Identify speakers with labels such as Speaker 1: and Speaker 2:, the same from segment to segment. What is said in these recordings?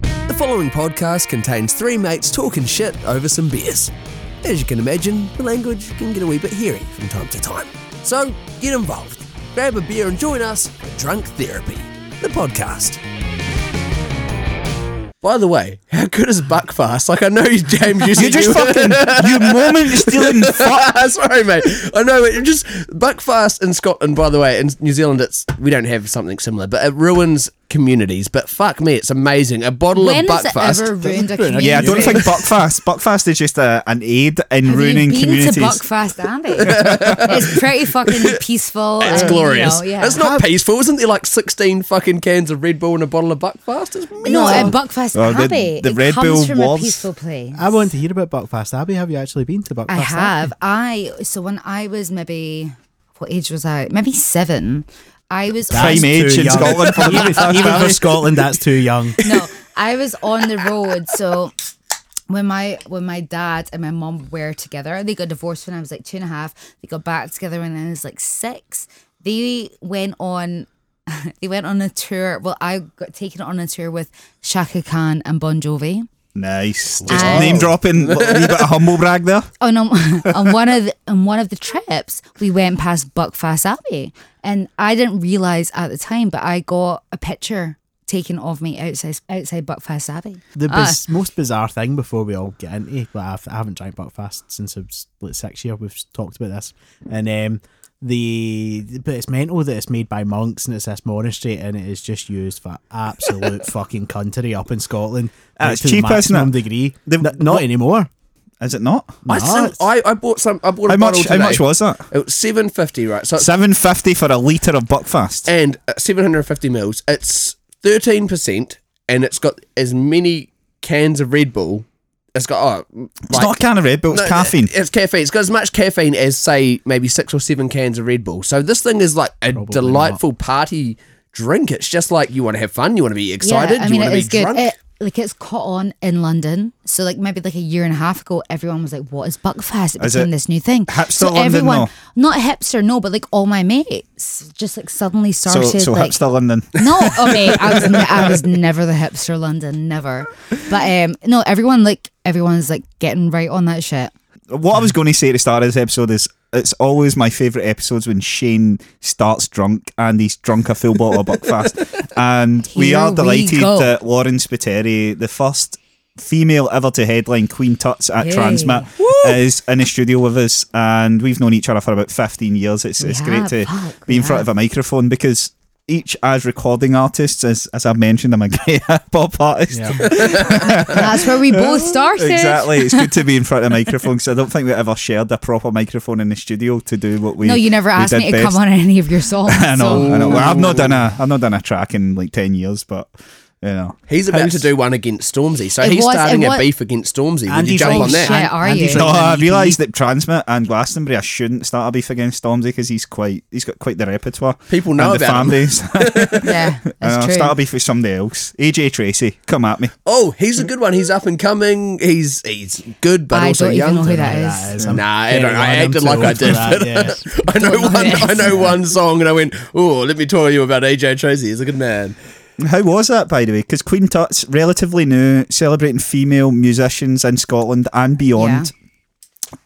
Speaker 1: The following podcast contains three mates talking shit over some beers. As you can imagine, the language can get a wee bit hairy from time to time. So get involved. Grab a beer and join us for Drunk Therapy, the podcast. By the way, how good is Buckfast? Like I know you, James, you
Speaker 2: You
Speaker 1: said
Speaker 2: just
Speaker 1: you-
Speaker 2: fucking you moment stealing fuck.
Speaker 1: Sorry, mate. I know it just Buckfast in Scotland, by the way, in New Zealand it's we don't have something similar, but it ruins communities. But fuck me, it's amazing. A bottle
Speaker 3: When
Speaker 1: of
Speaker 3: has it
Speaker 1: Buckfast.
Speaker 3: ever ruined a community?
Speaker 2: Yeah, I don't think Buckfast. Buckfast is just a, an aid in
Speaker 3: Have
Speaker 2: ruining
Speaker 3: you been
Speaker 2: communities.
Speaker 3: to Buckfast Abbey? it's pretty fucking peaceful.
Speaker 1: it's
Speaker 3: and,
Speaker 1: glorious.
Speaker 3: You know, Oh, yeah.
Speaker 1: It's not peaceful, isn't there like sixteen fucking cans of Red Bull and a bottle of Buckfast? It's mental.
Speaker 3: no, at Buckfast
Speaker 2: Oh, the-
Speaker 3: Abbey.
Speaker 2: the
Speaker 3: it
Speaker 2: Red
Speaker 3: comes
Speaker 2: Bull
Speaker 3: from
Speaker 2: was-
Speaker 3: a peaceful place.
Speaker 4: I wanted to hear about Buckfast Abbey. Have you actually been to Buckfast
Speaker 3: I have.
Speaker 4: Abbey?
Speaker 3: I so when I was maybe what age was I? Maybe seven. I was
Speaker 2: Prime
Speaker 3: on,
Speaker 2: age
Speaker 4: too
Speaker 2: in
Speaker 4: young.
Speaker 2: Scotland for the Buckfast
Speaker 4: Even for
Speaker 2: Abbey.
Speaker 4: Scotland, that's too young.
Speaker 3: no, I was on the road. So when my when my dad and my mom were together, they got divorced when I was like two and a half. They got back together when I was like six. They went on. They went on a tour. Well, I got taken on a tour with Shaka Khan and Bon Jovi.
Speaker 2: Nice. Just
Speaker 3: Wow.
Speaker 2: name dropping. A wee bit of humble brag there.
Speaker 3: on, Oh, on one of the, on one of the trips, we went past Buckfast Abbey, and I didn't realize at the time, but I got a picture taken of me outside outside Buckfast Abbey.
Speaker 4: The
Speaker 3: Ah.
Speaker 4: biz- most bizarre thing before we all get into it, but I've, I haven't drank Buckfast since I was like six year. We've talked about this, and um, the but it's mental that it's made by monks and it's this monastery and it is just used for absolute fucking country up in Scotland.
Speaker 2: Ah,
Speaker 4: like,
Speaker 2: it's
Speaker 4: to
Speaker 2: cheap,
Speaker 4: the
Speaker 2: isn't it?
Speaker 4: maximum degree.
Speaker 2: They've-
Speaker 4: N- not anymore.
Speaker 2: Is it not?
Speaker 1: I, still,
Speaker 4: nuts.
Speaker 1: I, I bought some I bought a
Speaker 2: How
Speaker 1: bottle
Speaker 2: much? How much
Speaker 1: today.
Speaker 2: was that?
Speaker 1: It was seven fifty, right? So it's
Speaker 2: Seven fifty for a litre of Buckfast.
Speaker 1: and uh, 750 mils. It's 13%, and it's got as many cans of Red Bull. It's got oh,
Speaker 2: it's not a can of Red Bull. It's caffeine.
Speaker 1: It's caffeine. It's got as much caffeine as say maybe six or seven cans of Red Bull. So this thing is like a
Speaker 4: Probably
Speaker 1: delightful party drink. It's just like you want to have fun, you want to be excited,
Speaker 3: yeah, I mean
Speaker 1: you want
Speaker 3: it
Speaker 1: to
Speaker 3: is
Speaker 1: be
Speaker 3: good.
Speaker 1: drunk.
Speaker 3: It, like it's caught on in London, so like maybe like a year and a half ago, everyone was like, "What is Buckfast?" It
Speaker 2: Is
Speaker 3: became
Speaker 2: it
Speaker 3: this new thing.
Speaker 2: hipster
Speaker 3: so
Speaker 2: London,
Speaker 3: everyone,
Speaker 2: no?
Speaker 3: not hipster, no, but like all my mates just like suddenly
Speaker 2: so
Speaker 3: started
Speaker 2: so
Speaker 3: like
Speaker 2: hipster London.
Speaker 3: No, oh mate, I was ne- I was never the hipster London, never. But um, no, everyone like everyone's like getting right on that shit.
Speaker 2: What I was going to say to start this episode is it's always my favourite episodes when Shane starts drunk and he's drunk a full bottle of Buckfast. And we
Speaker 3: Here
Speaker 2: are
Speaker 3: we
Speaker 2: delighted
Speaker 3: go.
Speaker 2: that Lauren Spiteri, the first female ever to headline Queen Tuts at
Speaker 3: Yay.
Speaker 2: Transmit, is in the studio with us. And we've known each other for about 15 years. It's,
Speaker 3: We
Speaker 2: it's great
Speaker 3: have,
Speaker 2: to
Speaker 3: fuck,
Speaker 2: be
Speaker 3: we
Speaker 2: in front
Speaker 3: have.
Speaker 2: of a microphone because. Each as recording artists, as, as I've mentioned, I'm a great hip hop artist.
Speaker 3: And that's where we both started.
Speaker 2: Exactly. It's good to be in front of a microphone because I don't think we ever shared a proper microphone in the studio to do what we.
Speaker 3: No, you never
Speaker 2: we
Speaker 3: asked
Speaker 2: did
Speaker 3: me to
Speaker 2: best.
Speaker 3: come on any of your songs.
Speaker 2: I know.
Speaker 3: so-
Speaker 2: I know. Well, I've not done a. I've not done a track in like ten years, but you know.
Speaker 1: He's about to do one against Stormzy, so
Speaker 3: It
Speaker 1: he's
Speaker 3: was-
Speaker 1: starting
Speaker 3: it
Speaker 1: a
Speaker 3: was-
Speaker 1: beef against Stormzy. Would you
Speaker 4: Andy's
Speaker 1: jump
Speaker 4: like,
Speaker 1: on that?
Speaker 3: shit. are
Speaker 4: Andy's
Speaker 3: you?
Speaker 4: like
Speaker 2: No,
Speaker 4: an
Speaker 2: I
Speaker 4: EP.
Speaker 2: Oh, realised that Transmit and Glastonbury, I shouldn't start a beef against Stormzy because he's quite. He's got quite the repertoire.
Speaker 1: People know
Speaker 2: and the
Speaker 1: about him.
Speaker 2: families.
Speaker 3: yeah, that's true.
Speaker 2: start a beef with somebody else. AJ Tracy, come at me.
Speaker 1: Oh, he's a good one. He's up and coming. He's he's good, but
Speaker 3: I
Speaker 1: also
Speaker 3: don't even
Speaker 1: young.
Speaker 3: know who that
Speaker 4: Who
Speaker 3: is.
Speaker 4: that is. I'm
Speaker 1: Nah, I,
Speaker 4: very
Speaker 1: don't, I
Speaker 4: young, I'm
Speaker 1: acted
Speaker 4: too
Speaker 1: like I
Speaker 4: old for
Speaker 1: did.
Speaker 4: that, yeah.
Speaker 1: I know
Speaker 3: Don't know
Speaker 1: one.
Speaker 3: this.
Speaker 1: I know one song, and I went, "Oh, let me tell you about AJ Tracy. He's a good man."
Speaker 2: How was that, by the way? Because Queen Tut's relatively new, celebrating female musicians in Scotland and beyond.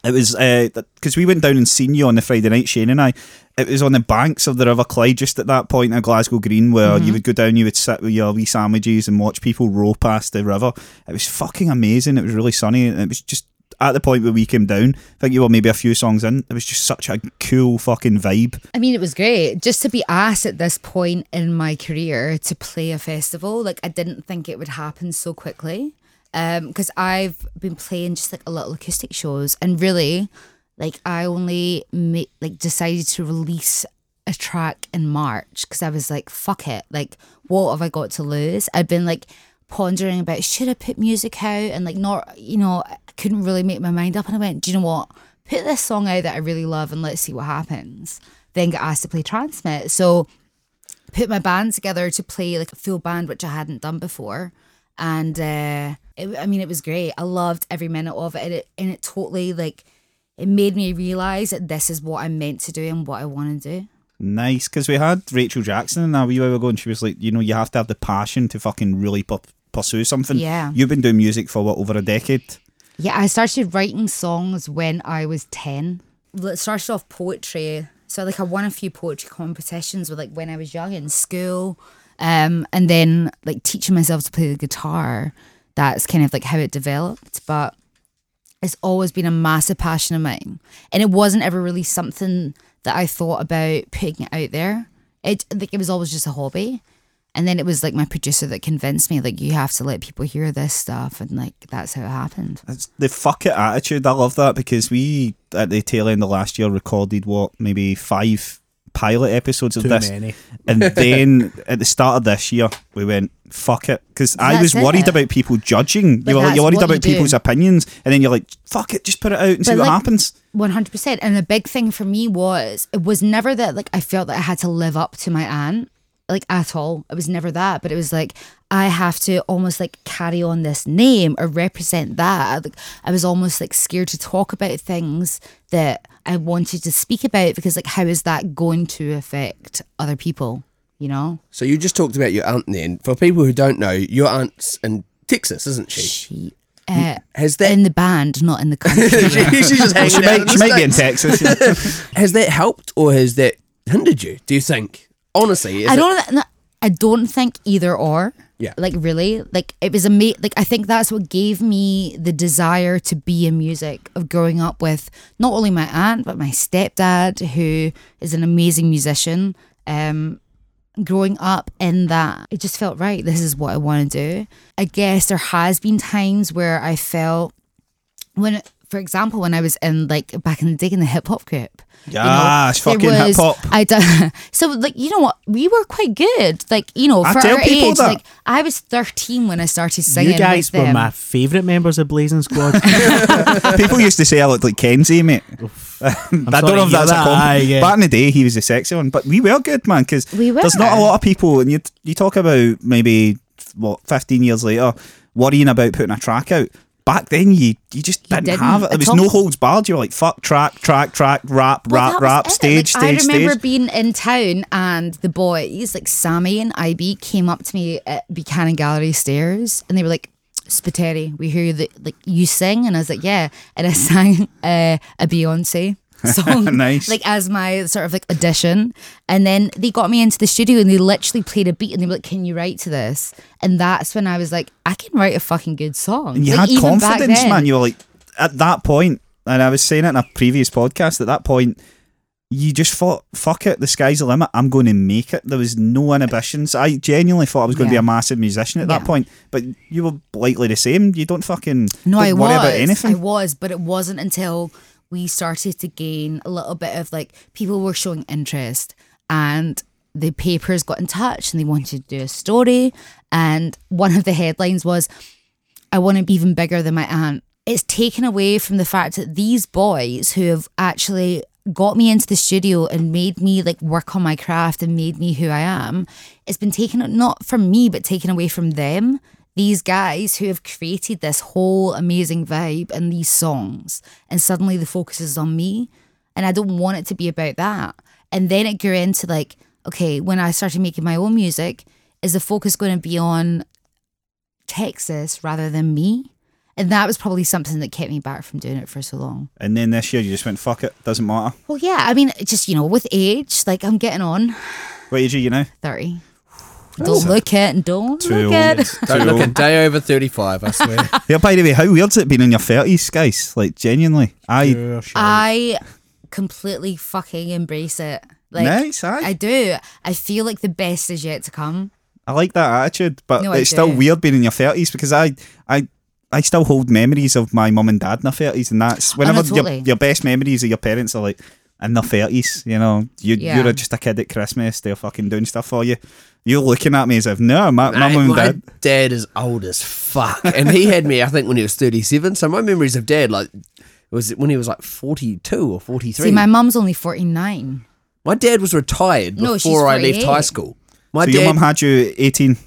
Speaker 2: It was because we went down and seen you on the Friday night, Shane and I. It was on the banks of the River Clyde, just at that point at Glasgow Green, where you would go down, you would sit with your wee sandwiches and watch people row past the river. It was fucking amazing. It was really sunny, and it was just at the point where we came down. I think you were maybe a few songs in. It was just such a cool fucking vibe.
Speaker 3: I mean, it was great just to be asked at this point in my career to play a festival. Like, I didn't think it would happen so quickly because I've been playing just like a little acoustic shows, and really, like, I only made like decided to release a track in March because I was like, fuck it, like, what have I got to lose? I'd been like pondering about should I put music out and like not, you know, I couldn't really make my mind up, and I went, do you know what? Put this song out that I really love and let's see what happens. Then get asked to play Transmit. So put my band together to play like a full band, which I hadn't done before. And uh, it, I mean, it was great. I loved every minute of it. And it, and it totally like, it made me realize that this is what I'm meant to do and what I want to do.
Speaker 2: Nice, because we had Rachel Jackson and a wee while ago, and she was like, you know, you have to have the passion to fucking really pu- pursue something.
Speaker 3: Yeah.
Speaker 2: You've been doing music for what, over a decade?
Speaker 3: Yeah, I started writing songs when I was 10. It started off poetry. So, like, I won a few poetry competitions with, like, when I was young in school. Um, and then, like, teaching myself to play the guitar. That's kind of like how it developed. But it's always been a massive passion of mine. And it wasn't ever really something that I thought about putting it out there. It, like, it was always just a hobby. And then it was like my producer that convinced me, like, you have to let people hear this stuff. And like, that's how it happened.
Speaker 2: That's the fuck it attitude. I love that because we at the tail end of last year recorded what maybe five pilot episodes of
Speaker 4: Too
Speaker 2: this,
Speaker 4: many.
Speaker 2: and then at the start of this year we went fuck it because I
Speaker 3: That's
Speaker 2: was worried
Speaker 3: it.
Speaker 2: about people judging.
Speaker 3: But
Speaker 2: you were
Speaker 3: that's
Speaker 2: you're worried
Speaker 3: what you
Speaker 2: about
Speaker 3: do.
Speaker 2: people's opinions, and then you're like fuck it, just put it out and see what
Speaker 3: like,
Speaker 2: happens.
Speaker 3: 100%. And the big thing for me was, it was never that like I felt that I had to live up to my aunt, like at all. It was never that. But it was like, I have to almost like carry on this name or represent that. Like, I was almost like scared to talk about things that I wanted to speak about because, like, how is that going to affect other people? You know?
Speaker 1: So you just talked about your aunt then. For people who don't know, your aunt's in Texas, isn't she?
Speaker 3: She. Uh,
Speaker 1: Has that
Speaker 3: in the band, not in the country.
Speaker 1: she's just hanging
Speaker 2: She
Speaker 1: out in
Speaker 2: might,
Speaker 1: the
Speaker 2: she might be in
Speaker 1: States.
Speaker 2: Texas.
Speaker 1: Has that helped or has that hindered you? Do you think? Honestly, is
Speaker 3: I
Speaker 1: it-
Speaker 3: don't. no, I don't think either or.
Speaker 1: Yeah.
Speaker 3: Like really, like it was a ama- like I think that's what gave me the desire to be in music of growing up with not only my aunt but my stepdad who is an amazing musician. Um, growing up in that it just felt right. This is what I want to do. I guess there has been times where I felt when, for example, when I was in like back in the day in the hip hop group. you know,
Speaker 1: Ah,
Speaker 2: Yes,
Speaker 3: there
Speaker 2: fucking
Speaker 3: was-
Speaker 2: hip-hop.
Speaker 3: I don't. So like you know what, we were quite good. Like you know,
Speaker 2: I
Speaker 3: for
Speaker 2: tell
Speaker 3: our
Speaker 2: people
Speaker 3: age,
Speaker 2: that.
Speaker 3: like I was thirteen when I started singing.
Speaker 4: You guys
Speaker 3: with
Speaker 4: were
Speaker 3: them.
Speaker 4: my favourite members of Blazing Squad.
Speaker 2: People used to say I looked like Kenzie, mate. I don't
Speaker 4: sorry
Speaker 2: know if
Speaker 4: to hear
Speaker 2: that's a
Speaker 4: that.
Speaker 2: compliment.
Speaker 4: Aye, yeah.
Speaker 2: Back in the day, he was the sexy one, but we were good, man. Because
Speaker 3: We were.
Speaker 2: there's not a lot of people, and you you talk about maybe what 15 years later worrying about putting a track out. Back then, you you just
Speaker 3: You
Speaker 2: didn't,
Speaker 3: didn't
Speaker 2: have it. There
Speaker 3: at
Speaker 2: was
Speaker 3: all.
Speaker 2: no holds barred. You were like fuck track, track, track, rap,
Speaker 3: Well,
Speaker 2: rap,
Speaker 3: that was
Speaker 2: rap,
Speaker 3: it.
Speaker 2: stage,
Speaker 3: Like,
Speaker 2: stage,
Speaker 3: I remember
Speaker 2: stage.
Speaker 3: being in town and the boys, like Sammy and IB, came up to me at Buchanan Gallery stairs and they were like, Spiteri, we hear you that like you sing, and I was like, yeah, and I sang uh, a Beyonce song,
Speaker 2: Nice.
Speaker 3: like as my sort of like audition, and then they got me into the studio and they literally played a beat and they were like, can you write to this? And that's when I was like, I can write a fucking good song.
Speaker 2: And you
Speaker 3: Like,
Speaker 2: had
Speaker 3: even back
Speaker 2: confidence,
Speaker 3: then.
Speaker 2: man. You were like at that point, and I was saying it in a previous podcast. At that point, you just thought, "Fuck it, the sky's the limit. I'm going to make it." There was no inhibitions. I genuinely thought I was going to be
Speaker 3: Yeah.
Speaker 2: a massive musician at that
Speaker 3: Yeah.
Speaker 2: point, but you were likely the same. You don't fucking
Speaker 3: No,
Speaker 2: don't
Speaker 3: I
Speaker 2: worry
Speaker 3: was.
Speaker 2: about anything.
Speaker 3: I was, but it wasn't until we started to gain a little bit of like people were showing interest and the papers got in touch and they wanted to do a story. And one of the headlines was, I want to be even bigger than my aunt. It's taken away from the fact that these boys who have actually got me into the studio and made me like work on my craft and made me who I am, it's been taken not from me, but taken away from them. These guys who have created this whole amazing vibe and these songs, and suddenly the focus is on me and I don't want it to be about that. And then it grew into like, okay, when I started making my own music, is the focus going to be on Texas rather than me? And that was probably something that kept me back from doing it for so long.
Speaker 2: and then this year, you just went, "Fuck it, doesn't matter."
Speaker 3: Well, yeah, I mean, it just, you know, with age, like I'm getting on
Speaker 2: What age are you now?
Speaker 3: 30. Don't look it and don't
Speaker 2: Too
Speaker 3: look
Speaker 2: old.
Speaker 3: it.
Speaker 1: Don't look a
Speaker 2: old.
Speaker 1: day over 35, I swear.
Speaker 2: Yeah. By the way, how weird's it been in your thirties, guys? Like genuinely, I
Speaker 4: Sure, sure.
Speaker 3: I completely fucking embrace it. Like,
Speaker 2: Nice, aye.
Speaker 3: I do. I feel like the best is yet to come.
Speaker 2: I like that attitude, but
Speaker 3: No, I
Speaker 2: it's still
Speaker 3: do.
Speaker 2: weird being in your thirties because I I I still hold memories of my mum and dad in their thirties, and
Speaker 3: Oh,
Speaker 2: that's whenever
Speaker 3: totally.
Speaker 2: your, your best memories of your parents are like in their thirties. You know, you
Speaker 3: Yeah.
Speaker 2: you're just a kid at Christmas. They're fucking doing stuff for you. You're looking at me as if no, my my
Speaker 1: Mate,
Speaker 2: mum and
Speaker 1: my
Speaker 2: dad.
Speaker 1: dad is old as fuck, and he had me. I think when he was thirty-seven. So my memories of dad, like, was when he was like forty-two or forty-three.
Speaker 3: See, my mum's only 49.
Speaker 1: My dad was retired
Speaker 3: No, she's
Speaker 1: before I left
Speaker 3: 48.
Speaker 1: high school. My
Speaker 2: so
Speaker 1: dad,
Speaker 2: your mum had you eighteen.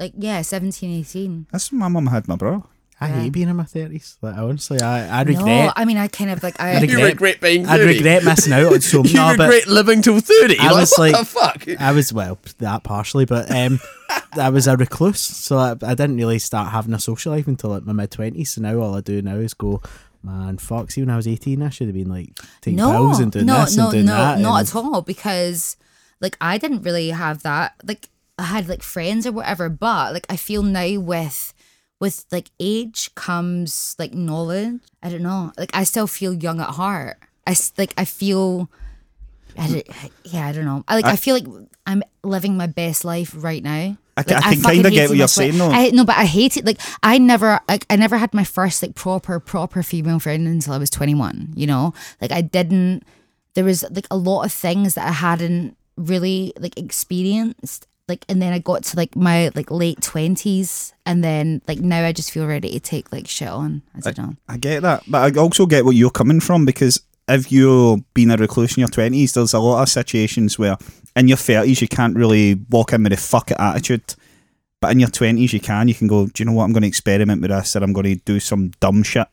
Speaker 3: Like, yeah, 17, 18.
Speaker 2: That's when my mum had my bro.
Speaker 4: I
Speaker 3: Yeah.
Speaker 4: hate being in my thirties. Like honestly, I I
Speaker 3: No,
Speaker 4: regret.
Speaker 3: I mean, I kind of like, I,
Speaker 4: I
Speaker 3: I
Speaker 4: regret-
Speaker 1: You regret being
Speaker 4: I
Speaker 1: 30.
Speaker 4: regret missing out on so much.
Speaker 1: You regret living till 30.
Speaker 4: I
Speaker 1: like,
Speaker 4: was
Speaker 1: what
Speaker 4: like-
Speaker 1: the fuck?
Speaker 4: I was well that partially, but um, I was a recluse, so I, I didn't really start having a social life until like my mid twenties. So now all I do now is go, man, fuck. See, when I was eighteen, I should have been like taking
Speaker 3: no,
Speaker 4: pills and doing
Speaker 3: no,
Speaker 4: this
Speaker 3: no,
Speaker 4: and doing
Speaker 3: no,
Speaker 4: that.
Speaker 3: not
Speaker 4: and
Speaker 3: at all. Because like, I didn't really have that. Like, I had like friends or whatever, but like, I feel now with, with like age comes like knowledge. I don't know. Like, I still feel young at heart. I s- like, I feel. I don't, yeah, I don't know. I like. I, feel like I'm living my best life right now.
Speaker 2: I
Speaker 3: Like,
Speaker 2: ca- I can
Speaker 3: fucking
Speaker 2: kinda get
Speaker 3: hated
Speaker 2: what you're
Speaker 3: my twen-
Speaker 2: saying, though.
Speaker 3: I, no, but I hate it. Like I never, like I never had my first like proper proper female friend until I was 21. You know, like I didn't. There was like a lot of things that I hadn't really like experienced. Like and then I got to like my like late 20s, and then like now I just feel ready to take like shit on. I don't know.
Speaker 2: I get that, but I also get what you're coming from because if you're being a recluse in your twenties, there's a lot of situations where in your thirties you can't really walk in with a fuck it attitude, but in your twenties you can. You can go, do you know what? I'm going to experiment with this, or I'm going to do some dumb shit.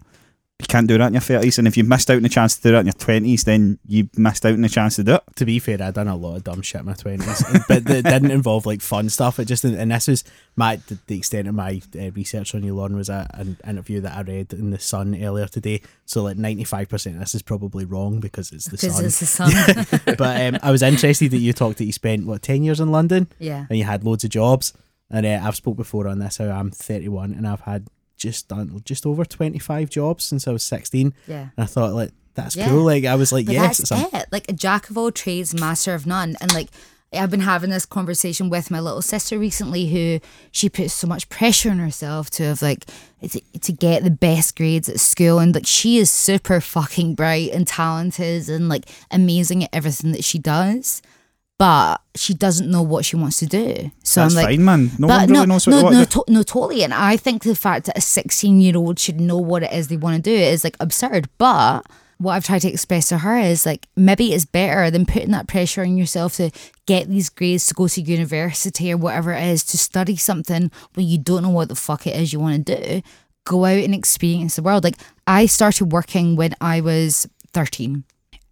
Speaker 2: You can't do that in your thirties, and if you missed out on the chance to do that in your twenties, then you missed out on the chance to do it.
Speaker 4: to be fair, I done a lot of dumb shit in my twenties, but it didn't involve like fun stuff. It just and this was my the, the extent of my uh, research on you, Lauren, was a, an interview that I read in the Sun earlier today. So like ninety five percent, this is probably wrong because it's the
Speaker 3: Because
Speaker 4: Sun.
Speaker 3: it's the sun.
Speaker 4: but um, I was interested that you talked that you spent what ten years in London,
Speaker 3: Yeah.
Speaker 4: and you had loads of jobs. And uh, I've spoke before on this how I'm 31 and I've had just done just over 25 jobs since I was 16.
Speaker 3: Yeah.
Speaker 4: and I thought like that's
Speaker 3: Yeah.
Speaker 4: cool. Like I was like
Speaker 3: But
Speaker 4: yes,
Speaker 3: that's
Speaker 4: it's a-
Speaker 3: it. Like a jack of all trades, master of none. And like I've been having this conversation with my little sister recently, who she puts so much pressure on herself to have like to, to get the best grades at school, and like she is super fucking bright and talented and like amazing at everything that she does. But she doesn't know what she wants to do. So
Speaker 2: That's
Speaker 3: I'm like,
Speaker 2: fine, man. No one
Speaker 3: but
Speaker 2: really knows what
Speaker 3: no,
Speaker 2: they want
Speaker 3: no,
Speaker 2: to do.
Speaker 3: to- no, totally. And I think the fact that a 16 year old should know what it is they want to do is like absurd. But what I've tried to express to her is like maybe it's better than putting that pressure on yourself to get these grades to go to university or whatever it is to study something when you don't know what the fuck it is you want to do. Go out and experience the world. Like I started working when I was 13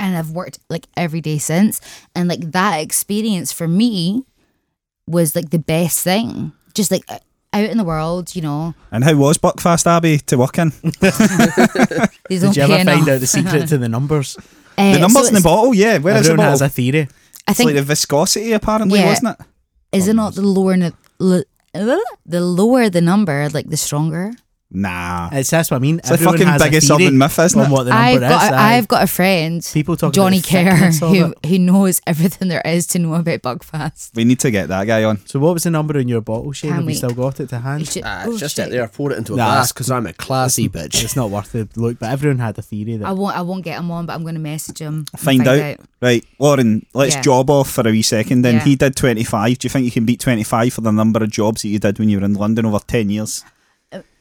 Speaker 3: and I've worked like every day since. And like that experience for me was like the best thing. Just like uh, out in the world, you know,
Speaker 2: And how was Buckfast Abbey to work in?
Speaker 3: they don't
Speaker 4: Did you
Speaker 3: pay
Speaker 4: ever
Speaker 3: enough. Uh,
Speaker 4: find out the secret to the numbers?
Speaker 2: The numbers in the bottle, yeah. Where is the
Speaker 4: Everyone
Speaker 2: bottle?
Speaker 4: has a theory.
Speaker 3: I
Speaker 2: It's like
Speaker 3: think
Speaker 2: the viscosity, apparently,
Speaker 3: Yeah.
Speaker 2: wasn't it?
Speaker 3: is it not the lower n- l- uh, the lower the number, like the stronger.
Speaker 2: Nah.
Speaker 4: It's that's what I mean. It's
Speaker 2: the fucking biggest
Speaker 4: a theory
Speaker 2: southern myth, isn't
Speaker 4: on
Speaker 2: it?
Speaker 4: What the number
Speaker 3: I've
Speaker 4: is.
Speaker 3: got a,
Speaker 4: aye.
Speaker 3: I've got a friend,
Speaker 4: People talk about
Speaker 3: Johnny
Speaker 4: the
Speaker 3: Kerr,
Speaker 4: thickness of
Speaker 3: who
Speaker 4: it.
Speaker 3: who knows everything there is to know about Buckfast.
Speaker 2: We need to get that guy on.
Speaker 4: So what was the number on your bottle, Shane?
Speaker 3: Can
Speaker 4: Have
Speaker 3: we-
Speaker 4: you still got it to
Speaker 3: You
Speaker 4: hand?
Speaker 3: should-
Speaker 1: Ah,
Speaker 3: oh,
Speaker 1: it's just
Speaker 3: shit.
Speaker 1: out there. I poured it into a
Speaker 4: Nah,
Speaker 1: glass because I'm a classy bitch.
Speaker 4: It's not worth the look, but everyone had a theory that
Speaker 3: I won't I won't get him on, but I'm going to message him. and
Speaker 2: Find, out. Right, Lauren, let's
Speaker 3: Yeah.
Speaker 2: job off for a wee second then.
Speaker 3: Yeah.
Speaker 2: He did 25. Do you think you can beat 25 for the number of jobs that you did when you were in London over 10 years?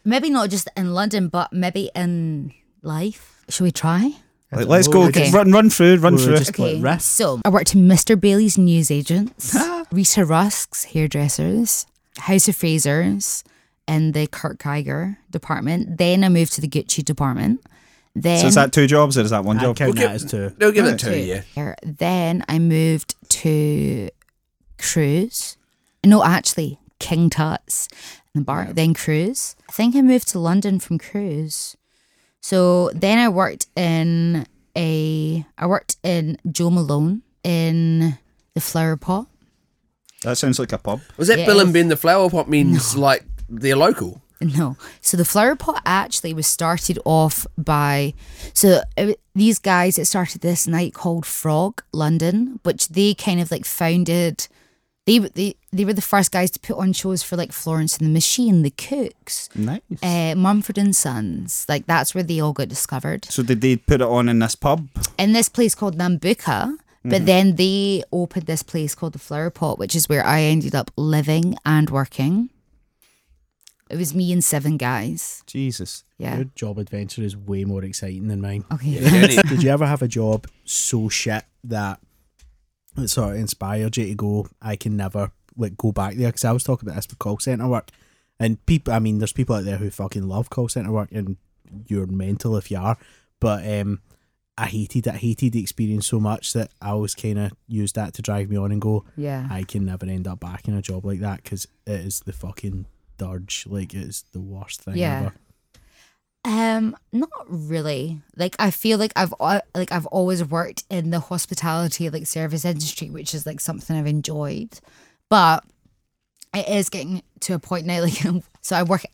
Speaker 3: Maybe not just in London, but maybe in life. Shall we try?
Speaker 2: Like, let's go.
Speaker 3: Okay.
Speaker 2: Get- Run, run through, run
Speaker 4: we were
Speaker 2: through.
Speaker 4: just like riff.
Speaker 3: So I worked in Mr. Bailey's newsagents, Rita Rusk's hairdressers, House of Frasers, and the Kurt Geiger department. Then I moved to the Gucci department. Then
Speaker 2: so is that two jobs or is that one
Speaker 4: I
Speaker 2: job?
Speaker 4: count
Speaker 1: Okay.
Speaker 4: that as two.
Speaker 1: They'll give it to you.
Speaker 3: There. Then I moved to Cruise. No, actually, King Tut's in the bar. Then Cruise. I think I moved to London from Cruise. So then I worked in a I worked in Joe Malone in the Flower Pot.
Speaker 2: That sounds like a pub.
Speaker 1: Was that
Speaker 3: Yeah,
Speaker 1: Bill
Speaker 3: it
Speaker 1: and Ben the flower pot means like they're local?
Speaker 3: No. So the flower pot actually was started off by so it, wa- these guys that started this night called Frog London, which they kind of like founded. They w- they they were the first guys to put on shows for like Florence and the Machine, The Cooks,
Speaker 2: Nice.
Speaker 3: uh, Mumford and Sons. Like that's where they all got discovered
Speaker 2: So did they put it on in this pub?
Speaker 3: in this place called Nambuka. But then they opened this place called the Flower Pot, which is where I ended up living and working. It was me and seven guys.
Speaker 2: Jesus.
Speaker 3: Yeah.
Speaker 4: Your job adventure is way more exciting than mine.
Speaker 3: Okay.
Speaker 4: Did you ever have a job so shit that it sort of inspired you to go? I can never like go back there because I was talking about this with call center work, And people, I mean, there's people out there who fucking love call center work, and you're mental if you are. But um, I hated it. I hated the experience so much that I always kind of used that to drive me on and go,
Speaker 3: Yeah.
Speaker 4: I can never end up back in a job like that because it is the fucking dirge. Like, it's the worst thing
Speaker 3: Yeah.
Speaker 4: ever.
Speaker 3: Um, not really. Like I feel like I've al- like I've always worked in the hospitality like service industry, which is like something I've enjoyed. But it is getting to a point now. Like so, I work.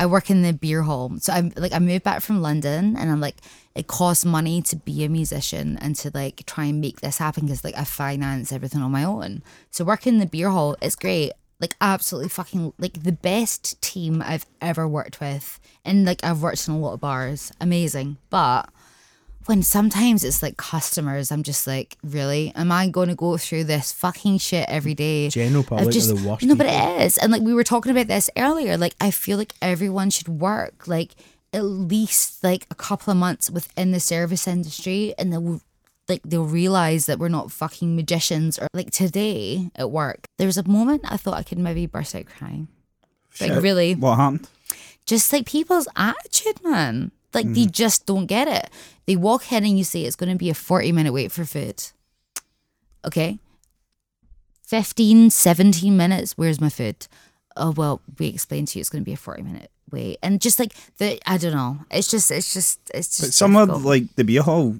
Speaker 3: I work in the beer hall, so I'm like I moved back from London, and I'm like it costs money to be a musician and to like try and make this happen because like I finance everything on my own. So working in the beer hall, it's great, like absolutely fucking like the best team I've ever worked with, and like I've worked in a lot of bars, amazing. But when sometimes it's like customers, I'm just like, really, am I going to go through this fucking shit every day?
Speaker 4: General
Speaker 3: I've
Speaker 4: public are the worst
Speaker 3: No, but
Speaker 4: people.
Speaker 3: it is. And like we were talking about this earlier, like I feel like everyone should work like at least like a couple of months within the service industry and then we'll like they'll realize that we're not fucking magicians or like today at work. There was a moment I thought I could maybe burst out crying. Like
Speaker 2: Shit.
Speaker 3: really
Speaker 2: What happened?
Speaker 3: just like people's attitude, man. Like they
Speaker 2: Mm-hmm.
Speaker 3: just don't get it. They walk in and you say it's going to be a 40 minute wait for food. Okay. 15, 17 minutes. Where's my food? Oh, well, we explained to you it's going to be a 40 minute wait. And just like the, I don't know. It's just, it's just, it's just.
Speaker 2: But somewhere
Speaker 3: difficult.
Speaker 2: like the beer hall,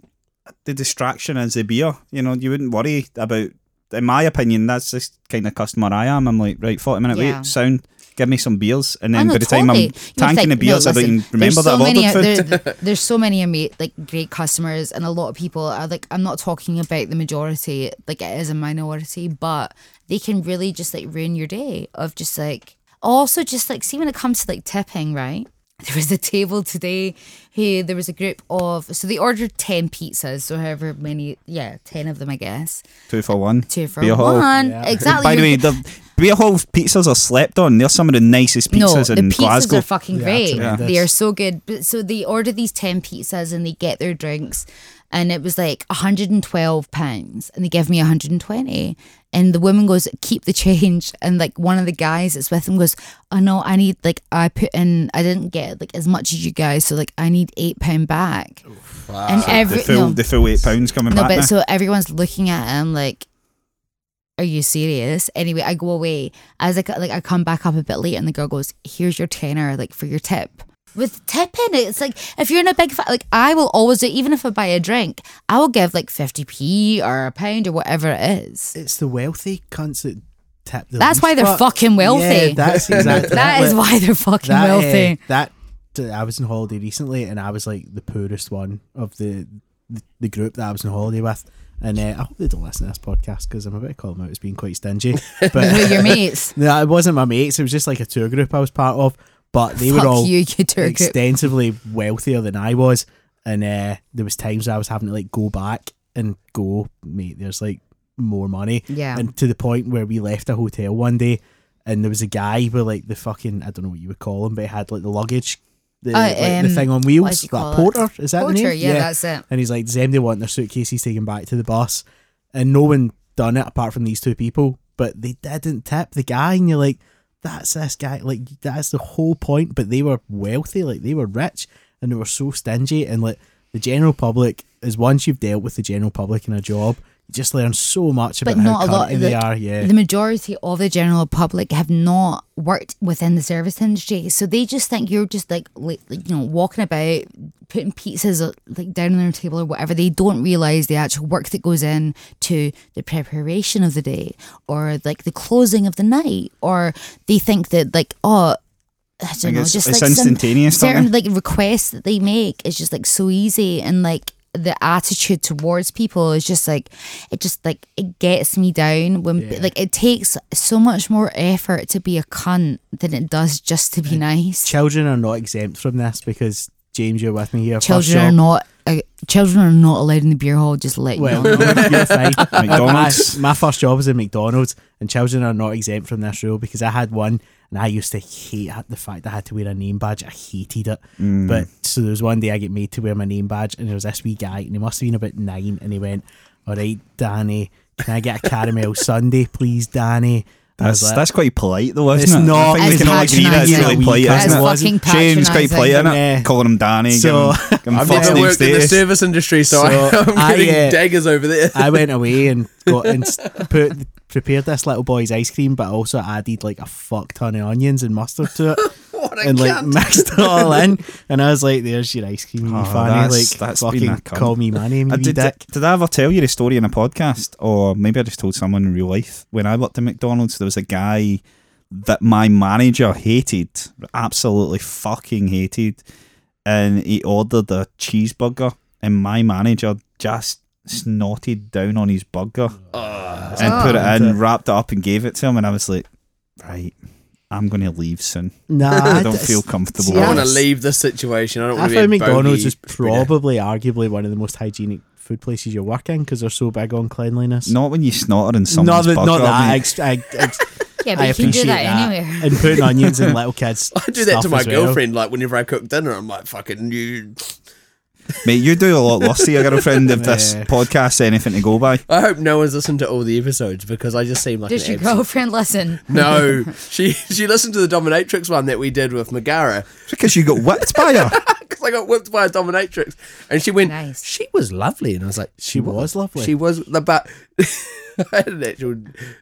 Speaker 2: the distraction is the beer. You know, you wouldn't worry about. In my opinion, that's the kind of customer I am. I'm like, right, forty minute
Speaker 3: Yeah.
Speaker 2: wait, sound. Give me some beers, and
Speaker 3: I
Speaker 2: then
Speaker 3: know,
Speaker 2: by the time
Speaker 3: Oh, totally.
Speaker 2: I'm
Speaker 3: You would
Speaker 2: tanking
Speaker 3: think,
Speaker 2: the beers,
Speaker 3: no,
Speaker 2: I don't
Speaker 3: listen,
Speaker 2: even remember
Speaker 3: there's
Speaker 2: that I've
Speaker 3: so many-
Speaker 2: ordered food.
Speaker 3: there- there's so many ama- like great customers, and a lot of people are like, I'm not talking about the majority, like it is a minority, but they can really just like ruin your day of just like also just like see when it comes to like tipping, right? There was a table today who there was a group of so they ordered ten pizzas, so however many yeah, ten of them I guess.
Speaker 2: Two for one.
Speaker 3: Two for
Speaker 2: beer hall.
Speaker 3: one. Exactly.
Speaker 2: By the way, the beer hall pizzas are slept on. They're some of the nicest pizzas
Speaker 3: no,
Speaker 2: in
Speaker 3: the pizzas
Speaker 2: Glasgow.
Speaker 3: are fucking great.
Speaker 4: tremendous.
Speaker 3: They are so good. But so they order these ten pizzas and they get their drinks, and it was like hundred and twelve pounds, and they give me hundred and twenty. And the woman goes, "Keep the change." And like one of the guys that's with him goes, "Oh no, I need like I put in. I didn't get like as much as you guys, so like I need eight pound back." And
Speaker 2: the
Speaker 3: every
Speaker 2: full,
Speaker 3: no,
Speaker 2: the full eight pounds coming
Speaker 3: no,
Speaker 2: back.
Speaker 3: but
Speaker 2: now.
Speaker 3: so everyone's looking at him like, "Are you serious?" Anyway, I go away. As I co- like, I come back up a bit late, and the girl goes, "Here's your tenner, like for your tip." With tipping, it's like if you're in a big fa- like I will always do. Even if I buy a drink, I will give like fifty p or a pound or whatever it is.
Speaker 4: It's the wealthy cunts that tap the
Speaker 3: That's
Speaker 4: least,
Speaker 3: why they're
Speaker 4: but-
Speaker 3: fucking wealthy.
Speaker 4: Yeah, that's exactly
Speaker 3: that is
Speaker 4: like-
Speaker 3: why they're fucking
Speaker 4: that, uh,
Speaker 3: wealthy.
Speaker 4: that I was on holiday recently, and I was like the poorest one of the the, the group that I was on holiday with. And uh, I hope they don't listen to this podcast because I'm about to call them out as being quite stingy.
Speaker 3: Who are
Speaker 4: But
Speaker 3: your mates?
Speaker 4: no, it wasn't my mates. It was just like a tour group I was part of. But they
Speaker 3: Fuck
Speaker 4: were all
Speaker 3: you, you tour group.
Speaker 4: extensively wealthier than I was, and uh, there was times I was having to like go back and go, mate. There's like more money,
Speaker 3: Yeah.
Speaker 4: and to the point where we left a hotel one day, and there was a guy with like the fucking I don't know what you would call him, but he had like the luggage, the,
Speaker 3: Uh,
Speaker 4: like, the
Speaker 3: um,
Speaker 4: thing on
Speaker 3: what
Speaker 4: wheels,
Speaker 3: do you
Speaker 4: that
Speaker 3: call it?
Speaker 4: porter is that the
Speaker 3: Porter,
Speaker 4: name?
Speaker 3: yeah, that's it.
Speaker 4: And he's like, does anybody want their suitcases taken back to the bus? And no one done it apart from these two people, but they didn't tip the guy. And you're like, that's this guy. Like, that's the whole point. But they were wealthy, like, they were rich and they were so stingy. And, like, the general public is once you've dealt with the general public in a job, you just learn so much about
Speaker 3: but not
Speaker 4: how
Speaker 3: a lot.
Speaker 4: cunty they
Speaker 3: like,
Speaker 4: are. Yeah.
Speaker 3: the majority of the general public have not worked within the service industry, so they just think you're just like, like like, you know, walking about, putting pizzas uh, like down on their table or whatever. They don't realize the actual work that goes in to the preparation of the day, or like the closing of the night, or they think that like oh. I don't
Speaker 2: Like,
Speaker 3: know,
Speaker 2: it's-
Speaker 3: just
Speaker 2: it's
Speaker 3: like some
Speaker 2: instantaneous, don't
Speaker 3: certain like requests that they make is just like so easy and like the attitude towards people is just like it just like it gets me down when like it takes so much more effort to be a cunt than it does just to be nice.
Speaker 4: Children are not exempt from this because, James, you're with me here. first
Speaker 3: Children are
Speaker 4: shop.
Speaker 3: not uh, children are not allowed in the beer hall. Just let
Speaker 4: Well,
Speaker 3: you know.
Speaker 4: you're fine.
Speaker 2: McDonald's.
Speaker 4: My, my first job was at McDonald's, and children are not exempt from this rule because I had one, and I used to hate the fact that I had to wear a name badge. I hated it.
Speaker 2: Mm.
Speaker 4: But so there was one day I get made to wear my name badge, and there was this wee guy, and he must have been about nine, and he went, "All right, Danny, can I get a caramel sundae, please, Danny?"
Speaker 2: That's
Speaker 4: Is that-
Speaker 2: that's quite polite though, isn't
Speaker 4: It's
Speaker 2: it? I
Speaker 4: not.
Speaker 2: think we
Speaker 3: It's
Speaker 2: can all agree that's
Speaker 3: patronising.
Speaker 2: really polite,
Speaker 4: It's
Speaker 2: isn't it?
Speaker 3: fucking
Speaker 2: Shane's quite polite, isn't
Speaker 3: patronising.
Speaker 4: Yeah.
Speaker 2: it? Calling him Danny.
Speaker 4: So-
Speaker 2: give him, give him
Speaker 4: I've
Speaker 2: first
Speaker 4: never
Speaker 1: I
Speaker 2: name
Speaker 1: worked in the
Speaker 2: status.
Speaker 1: service industry, so,
Speaker 4: So,
Speaker 1: I'm
Speaker 4: I,
Speaker 1: getting
Speaker 4: uh,
Speaker 1: daggers over there.
Speaker 4: I went away and got and s- put prepared this little boy's ice cream, but I also added like a fuck ton of onions and mustard to it.
Speaker 1: What a
Speaker 4: and like
Speaker 1: cunt.
Speaker 4: mixed it all in, and I was like, "There's your ice cream, you
Speaker 2: Oh,
Speaker 4: fanny.
Speaker 2: that's-
Speaker 4: like,
Speaker 2: that's been a
Speaker 4: fucking
Speaker 2: cunt.
Speaker 4: call me my name,
Speaker 2: I
Speaker 4: you wee
Speaker 2: did,
Speaker 4: dick."
Speaker 2: did I ever tell you the story in a podcast? Or maybe I just told someone in real life. When I worked at McDonald's, there was a guy that my manager hated, absolutely fucking hated. And he ordered a cheeseburger, and my manager just snorted down on his burger and put it in, wrapped it up, and gave it to him. And I was like, right, I'm going to leave soon.
Speaker 4: Nah,
Speaker 2: I don't
Speaker 4: just-
Speaker 2: feel comfortable.
Speaker 1: I want to
Speaker 4: Yes.
Speaker 1: leave this situation. I don't
Speaker 4: I
Speaker 1: want to be a
Speaker 4: found McDonald's
Speaker 1: bogey
Speaker 4: is
Speaker 1: spreader.
Speaker 4: probably arguably one of the most hygienic food places you work in because they're so big on cleanliness.
Speaker 2: Not when you snorted in someone's
Speaker 4: that-
Speaker 2: burger.
Speaker 4: not that.
Speaker 2: I
Speaker 4: I,
Speaker 2: mean,
Speaker 4: ex- I, ex-
Speaker 3: Yeah, but
Speaker 4: I
Speaker 3: you can do
Speaker 4: appreciate
Speaker 3: that,
Speaker 4: that.
Speaker 3: anywhere.
Speaker 4: And putting onions in little kids.
Speaker 1: I do that to
Speaker 4: stuff
Speaker 1: my
Speaker 4: as well.
Speaker 1: girlfriend. Like whenever I cook dinner, I'm like, "Fucking you."
Speaker 2: Mate, you do a lot worse to your girlfriend if this
Speaker 4: Yeah.
Speaker 2: podcast's anything to go by.
Speaker 1: I hope no one's listened to all the episodes because I just seem like
Speaker 3: Does
Speaker 1: an
Speaker 3: your
Speaker 1: absolute-
Speaker 3: girlfriend listen?
Speaker 1: No, she she listened to the dominatrix one that we did with Megara
Speaker 2: It's because you got whipped by her.
Speaker 1: because I got whipped by a dominatrix, and she went,
Speaker 3: Nice.
Speaker 1: "She was lovely," and I was like,
Speaker 4: She was lovely.
Speaker 1: She was the but I had an actual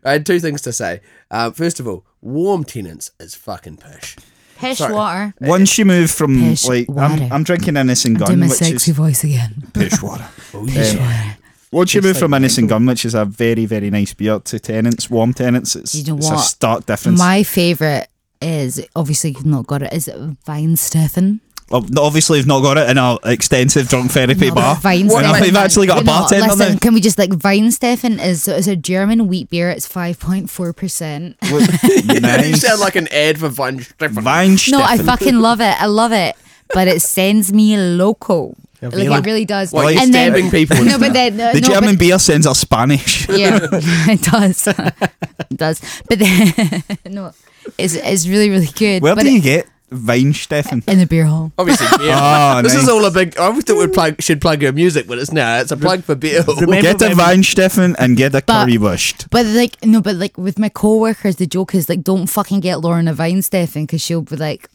Speaker 1: I had two things to say. Uh, first of all, warm tenants is fucking push.
Speaker 3: Pish
Speaker 1: Sorry.
Speaker 3: water.
Speaker 2: Once you move from
Speaker 3: Pish
Speaker 2: like
Speaker 3: water.
Speaker 2: I'm, I'm drinking innocent gun,
Speaker 3: Do my
Speaker 2: which
Speaker 3: sexy
Speaker 2: is
Speaker 3: voice again.
Speaker 2: pish water.
Speaker 1: Oh,
Speaker 2: Um,
Speaker 3: Pish water.
Speaker 2: Once you move from innocent gun, which is a very very nice beer, to tenants, warm tenants, it's,
Speaker 3: You know
Speaker 2: it's a
Speaker 3: what?
Speaker 2: stark difference.
Speaker 3: My favourite is, obviously you've not got it, is it Vine Stefan?
Speaker 2: Well, no, obviously, I've not got it in an extensive drunk therapy
Speaker 3: No,
Speaker 2: bar.
Speaker 3: but Vine
Speaker 2: And I've
Speaker 3: Steffen-
Speaker 2: they've actually got
Speaker 3: you
Speaker 2: a
Speaker 3: know,
Speaker 2: bartender
Speaker 3: Listen,
Speaker 2: now.
Speaker 3: can we just like Vine Stefan is so it's a German wheat beer. It's five point four percent.
Speaker 1: you
Speaker 2: nice.
Speaker 1: sound like an ad for Von Stefan.
Speaker 2: Vine
Speaker 3: No, I
Speaker 2: Steffen.
Speaker 3: fucking love it. I love it, but it sends me loco. Like
Speaker 4: really?
Speaker 3: it really does.
Speaker 1: Well, you're stabbing people and
Speaker 3: No, but then no,
Speaker 2: The
Speaker 3: no,
Speaker 2: German
Speaker 3: but-
Speaker 2: beer sends are Spanish.
Speaker 3: yeah, it does. it does. But then no, it's it's really really good.
Speaker 2: Where
Speaker 3: but
Speaker 2: do you
Speaker 3: it-
Speaker 2: get Weinsteffen?
Speaker 3: in the beer hall?
Speaker 1: Obviously, beer.
Speaker 4: Ah,
Speaker 2: Oh,
Speaker 1: this is
Speaker 2: nice.
Speaker 1: all a big. I thought we plug should plug your music, but it's now it's a plug for beer.
Speaker 4: remember-
Speaker 2: Get a
Speaker 4: when we-
Speaker 2: Weinsteffen and get a
Speaker 3: But-
Speaker 2: currywurst.
Speaker 3: But like no, but like with my coworkers, the joke is like, don't fucking get Lauren a Vine Stefan because she'll be like,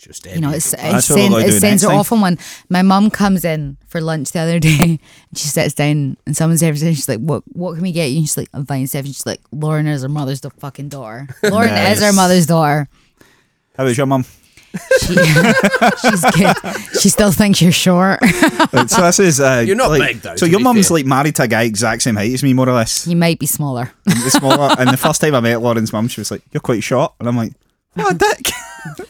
Speaker 1: Just
Speaker 3: you know, it's, it,
Speaker 2: That's what we're
Speaker 3: send,
Speaker 2: gonna
Speaker 3: it
Speaker 2: do
Speaker 3: sends
Speaker 2: next
Speaker 3: her
Speaker 2: time.
Speaker 3: off on one. My mum comes in for lunch the other day and she sits down and someone serves her and she's like, What what can we get you? And she's like, I'm fine stuff. And she's like, Lauren is her mother's the fucking daughter. Lauren is her
Speaker 2: Nice.
Speaker 3: mother's daughter.
Speaker 2: How was your mum?
Speaker 3: She, she's good. She still thinks you're short.
Speaker 2: Like, so this is uh,
Speaker 1: You're not
Speaker 2: like-
Speaker 1: big, though,
Speaker 2: So
Speaker 1: to
Speaker 2: your
Speaker 1: be
Speaker 2: mum's
Speaker 1: fair.
Speaker 2: like married to a guy exact same height as me, more or less.
Speaker 3: you might be smaller.
Speaker 2: The smaller. and the first time I met Lauren's mum, she was like, "You're quite short," and I'm like, "What a dick."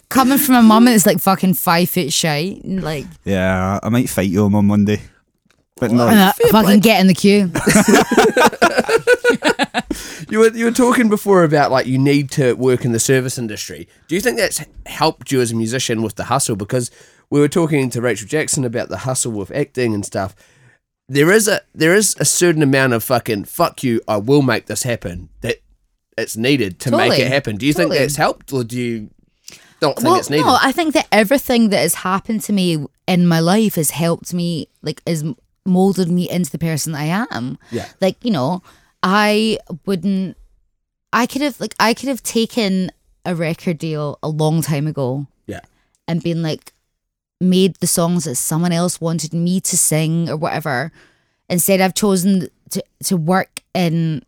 Speaker 3: Coming from a mum that's like fucking five foot shy, like
Speaker 2: yeah, I might fight your mum one day, but no.
Speaker 3: uh, fucking get in the queue.
Speaker 1: You were you were talking before about like you need to work in the service industry. Do you think that's helped you as a musician with the hustle? Because we were talking to Rachel Jackson about the hustle with acting and stuff. There is a there is a certain amount of fucking fuck you. I will make this happen. That it's needed to make
Speaker 3: Totally.
Speaker 1: it happen. Do you think
Speaker 3: Totally.
Speaker 1: that's helped, or do you not think
Speaker 3: well,
Speaker 1: it's needed?
Speaker 3: no, I think that everything that has happened to me in my life has helped me, like, has molded me into the person I am.
Speaker 1: Yeah.
Speaker 3: Like, you know, I wouldn't, I could have, like, I could have taken a record deal a long time ago
Speaker 1: yeah,
Speaker 3: and been like, made the songs that someone else wanted me to sing or whatever. Instead, I've chosen to, to work in,